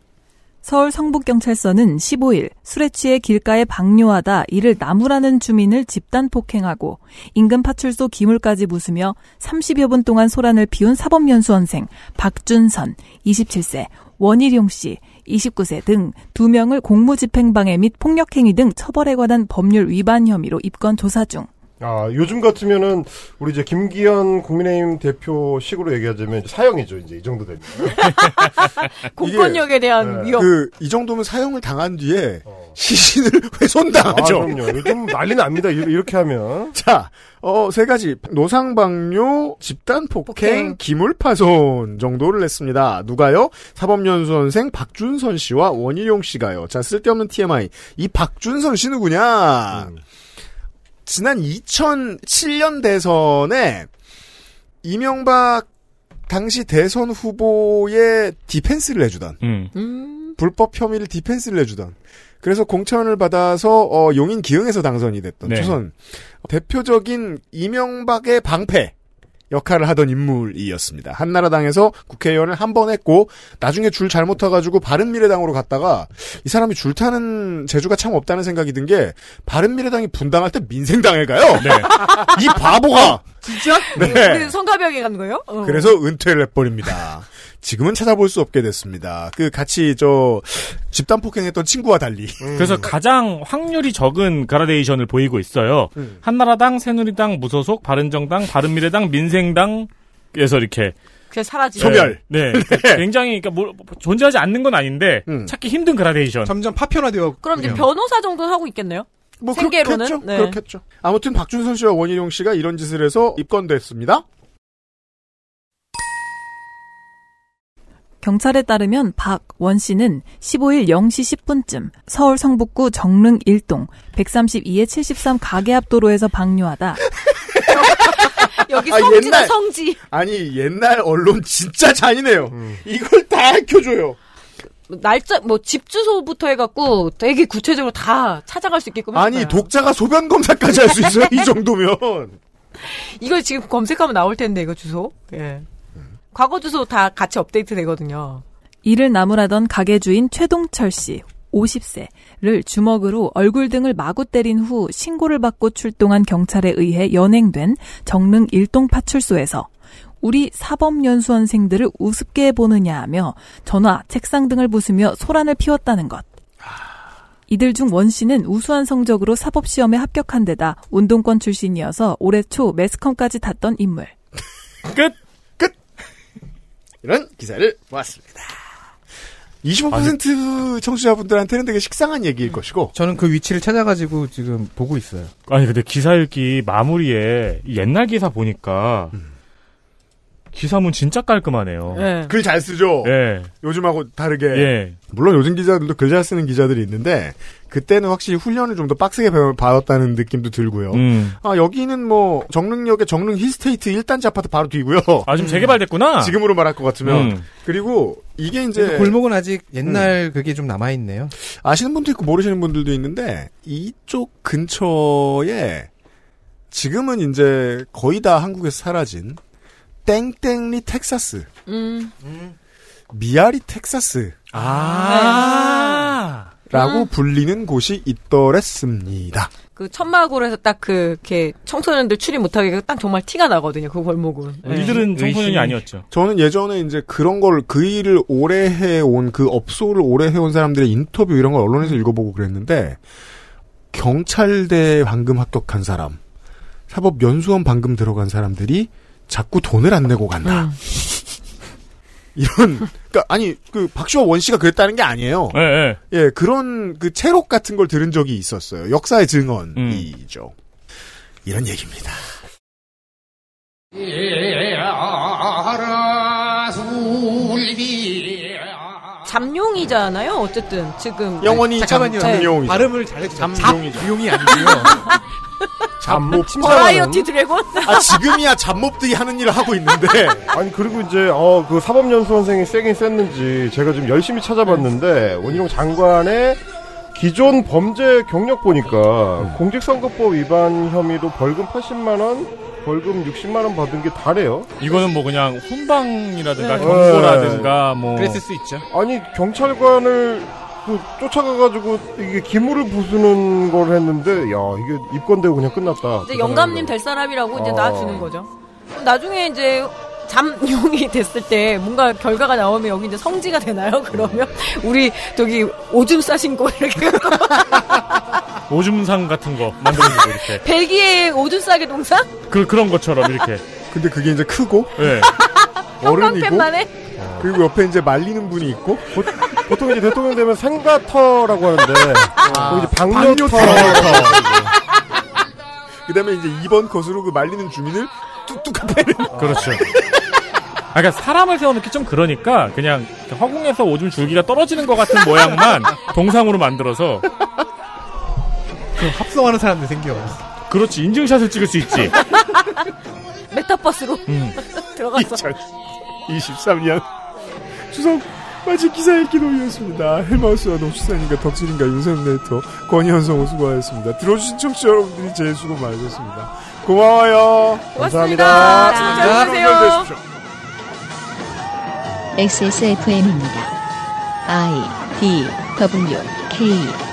S2: 서울 성북경찰서는 15일 술에 취해 길가에 방뇨하다 이를 나무라는 주민을 집단 폭행하고 인근 파출소 기물까지 부수며 30여 분 동안 소란을 피운 사법연수원생 박준선 27세, 원일용 씨 29세 등 두명을 공무집행방해 및 폭력행위 등 처벌에 관한 법률 위반 혐의로 입건 조사 중.
S5: 아, 요즘 같으면은 우리 이제 김기현 국민의힘 대표 식으로 얘기하자면 사형이죠. 이제 이 정도 되면.
S7: 공권력에 대한
S5: 네.
S7: 위협.
S3: 그, 이 정도면 사형을 당한 뒤에 시신을 훼손당하죠.
S5: 아, 그럼요. 요즘 난리 납니다. 이- 이렇게 하면.
S3: 자, 어, 세 가지. 노상방뇨, 집단폭행, 기물파손 정도를 냈습니다. 누가요? 사법연수원생 박준선 씨와 원희룡 씨가요. 자, 쓸데없는 TMI. 이 박준선 씨 누구냐? 지난 2007년 대선에 이명박 당시 대선 후보의 디펜스를 해주던
S6: 음.
S3: 불법 혐의를 디펜스를 해주던 그래서 공천을 받아서 어, 용인 기흥에서 당선이 됐던
S6: 네.
S3: 초선 대표적인 이명박의 방패 역할을 하던 인물이었습니다. 한나라당에서 국회의원을 한 번 했고 나중에 줄 잘못 타가지고 바른미래당으로 갔다가 이 사람이 줄 타는 재주가 참 없다는 생각이 든 게 바른미래당이 분당할 때 민생당에 가요. 이 바보가
S7: 진짜?
S3: 네.
S7: 그 성가병에 간 거예요? 어.
S3: 그래서 은퇴를 해버립니다. 지금은 찾아볼 수 없게 됐습니다. 그 같이 저 집단 폭행했던 친구와 달리.
S6: 그래서 가장 확률이 적은 그라데이션을 보이고 있어요. 한나라당, 새누리당, 무소속, 바른정당, 바른미래당, 민생당에서 이렇게
S7: 그냥 사라지죠.
S6: 네, 음. 그러니까 굉장히 그러니까 뭐- 뭐 존재하지 않는 건 아닌데 찾기 힘든 그라데이션.
S4: 점점 파편화되어.
S7: 그럼 이제 변호사 정도는 하고 있겠네요?
S3: 뭐
S7: 생계로는? 네.
S3: 그렇겠죠. 그렇겠죠. 아무튼 박준선 씨와 원희룡 씨가 이런 짓을 해서 입건됐습니다.
S2: 경찰에 따르면 박원 씨는 15일 0시 10분쯤 서울 성북구 정릉 1동 132의 73 가게 앞 도로에서 방류하다
S7: 여기
S3: 아,
S7: 성지다
S3: 옛날-
S7: 성지.
S3: 아니 옛날 언론 진짜 잔인해요. 이걸 다 익혀줘요.
S7: 날짜 뭐 집 주소부터 해갖고 되게 구체적으로 다 찾아갈 수 있게끔
S3: 아니
S7: 해줬어요.
S3: 독자가 소변 검사까지 할 수 있어요. 이 정도면.
S7: 이걸 지금 검색하면 나올 텐데 이거 주소 예 과거 주소 다 같이 업데이트 되거든요
S2: 이를 나무라던 가게 주인 최동철 씨 50세를 주먹으로 얼굴 등을 마구 때린 후 신고를 받고 출동한 경찰에 의해 연행된 정릉 일동 파출소에서 우리 사법연수원생들을 우습게 보느냐 하며 전화, 책상 등을 부수며 소란을 피웠다는 것. 이들 중 원 씨는 우수한 성적으로 사법시험에 합격한 데다 운동권 출신이어서 올해 초 매스컴까지 탔던 인물.
S3: 끝! 끝! 이런 기사를 보았습니다. 25% 청취자분들한테는 되게 식상한 얘기일 것이고.
S4: 저는 그 위치를 찾아가지고 지금 보고 있어요.
S6: 아니 근데 기사 읽기 마무리에 이 옛날 기사 보니까 기사문 진짜 깔끔하네요.
S3: 글 잘 쓰죠?
S6: 예.
S3: 요즘하고 다르게.
S6: 예.
S3: 물론 요즘 기자들도 글 잘 쓰는 기자들이 있는데, 그때는 확실히 훈련을 좀 더 빡세게 배워- 받았다는 느낌도 들고요.
S6: 음.
S3: 아, 여기는 뭐, 정릉역의 정릉 힐스테이트 1단지 아파트 바로 뒤고요.
S6: 아, 지금 재개발됐구나?
S3: 지금으로 말할 것 같으면.
S4: 음.
S3: 그리고, 이게 이제.
S4: 그래도 골목은 아직 옛날 그게 좀 남아있네요.
S3: 아시는 분도 있고 모르시는 분들도 있는데 이쪽 근처에 지금은 이제 거의 다 한국에서 사라진 땡땡리 텍사스,
S7: 음
S3: 미아리 텍사스라고
S4: 아.
S3: 불리는 곳이 있더랬습니다.
S7: 그 천마골에서 딱 그 이렇게 청소년들 출입 못하게 딱 정말 티가 나거든요 그 골목은
S3: 네.
S7: 예.
S3: 저는 예전에 이제 그런 걸 그 일을 오래 해온 그 업소를 오래 해온 사람들의 인터뷰 이런 걸 언론에서 읽어보고 그랬는데 경찰대 방금 합격한 사람, 사법연수원 방금 들어간 사람들이 자꾸 돈을 안 내고 간다. 이런 그러니까 아니 그 박시와 원 씨가 그랬다는 게 아니에요.
S6: 예, 예.
S3: 예, 그런 그 체록 같은 걸 들은 적이 있었어요. 역사의 증언이죠. 이런 얘기입니다.
S7: 잠룡이잖아요 어쨌든 지금
S4: 영원히 잠룡이죠. 네. 발음을
S3: 잘했죠.
S4: 잠룡이죠.
S3: 잠룡이 아니고요. 잠몹
S7: 네. 버라이어티 드래곤
S3: 아 지금이야 잡몹들이 하는 일을 하고 있는데
S5: 아니 그리고 이제 어 그 사법연수원생이 세긴 셌는지 제가 지금 열심히 찾아봤는데 원희룡 장관의 기존 범죄 경력 보니까 공직선거법 위반 혐의로 벌금 80만 원, 벌금 60만 원 받은 게 다래요.
S6: 이거는 뭐 그냥 훈방이라든가
S5: 네.
S6: 경고라든가 뭐
S5: 그랬을
S4: 수 있죠.
S5: 아니 경찰관을 그 쫓아가가지고 이게 기물을 부수는 걸 했는데 야 이게 입건되고 그냥 끝났다.
S7: 이제 영감님 될 사람이라고 이제
S5: 어.
S7: 놔주는 거죠. 그럼 나중에 이제 잠룡이 됐을 때 뭔가 결과가 나오면 여기 이제 성지가 되나요? 그러면 우리 저기 오줌 싸신 곳 이렇게
S6: 오줌상 같은 거 만들어주고 이렇게.
S7: 벨기에 오줌 싸게 동상?
S6: 그, 그런 것처럼 이렇게.
S3: 근데 그게 이제 크고.
S6: 예.
S3: 어른이고
S7: 형광펜만 해?
S3: 그리고 옆에 이제 말리는 분이 있고
S5: 보, 통 이제 대통령 되면 생가터라고 하는데
S3: 아,
S5: 거기 이제 방뇨터.
S3: 그다음에 이제 2번 컷으로 그 말리는 주민을 뚝뚝 패는
S6: 그렇죠. 아, 그러니까 사람을 세워놓기 좀 그러니까 그냥 허공에서 오줌 줄기가 떨어지는 것 같은 모양만 동상으로 만들어서
S4: 합성하는 사람들 생겨.
S6: 그렇지 인증샷을 찍을 수 있지.
S7: 메타버스로
S6: 음.
S7: 들어가서
S3: 2023년 추석 마치 기사 읽기 놀이였습니다. 헬마우스와 노출사님과 덕질인과 윤세민 데이터 권현성호 수고하셨습니다. 들어주신 청취자 여러분들이 제일 수고 많으셨습니다. 고마워요.
S7: 고맙습니다.
S3: 감사합니다.
S7: 진짜 힘내세요.
S3: 여러분 되십시오.
S8: XSFM입니다. I D W K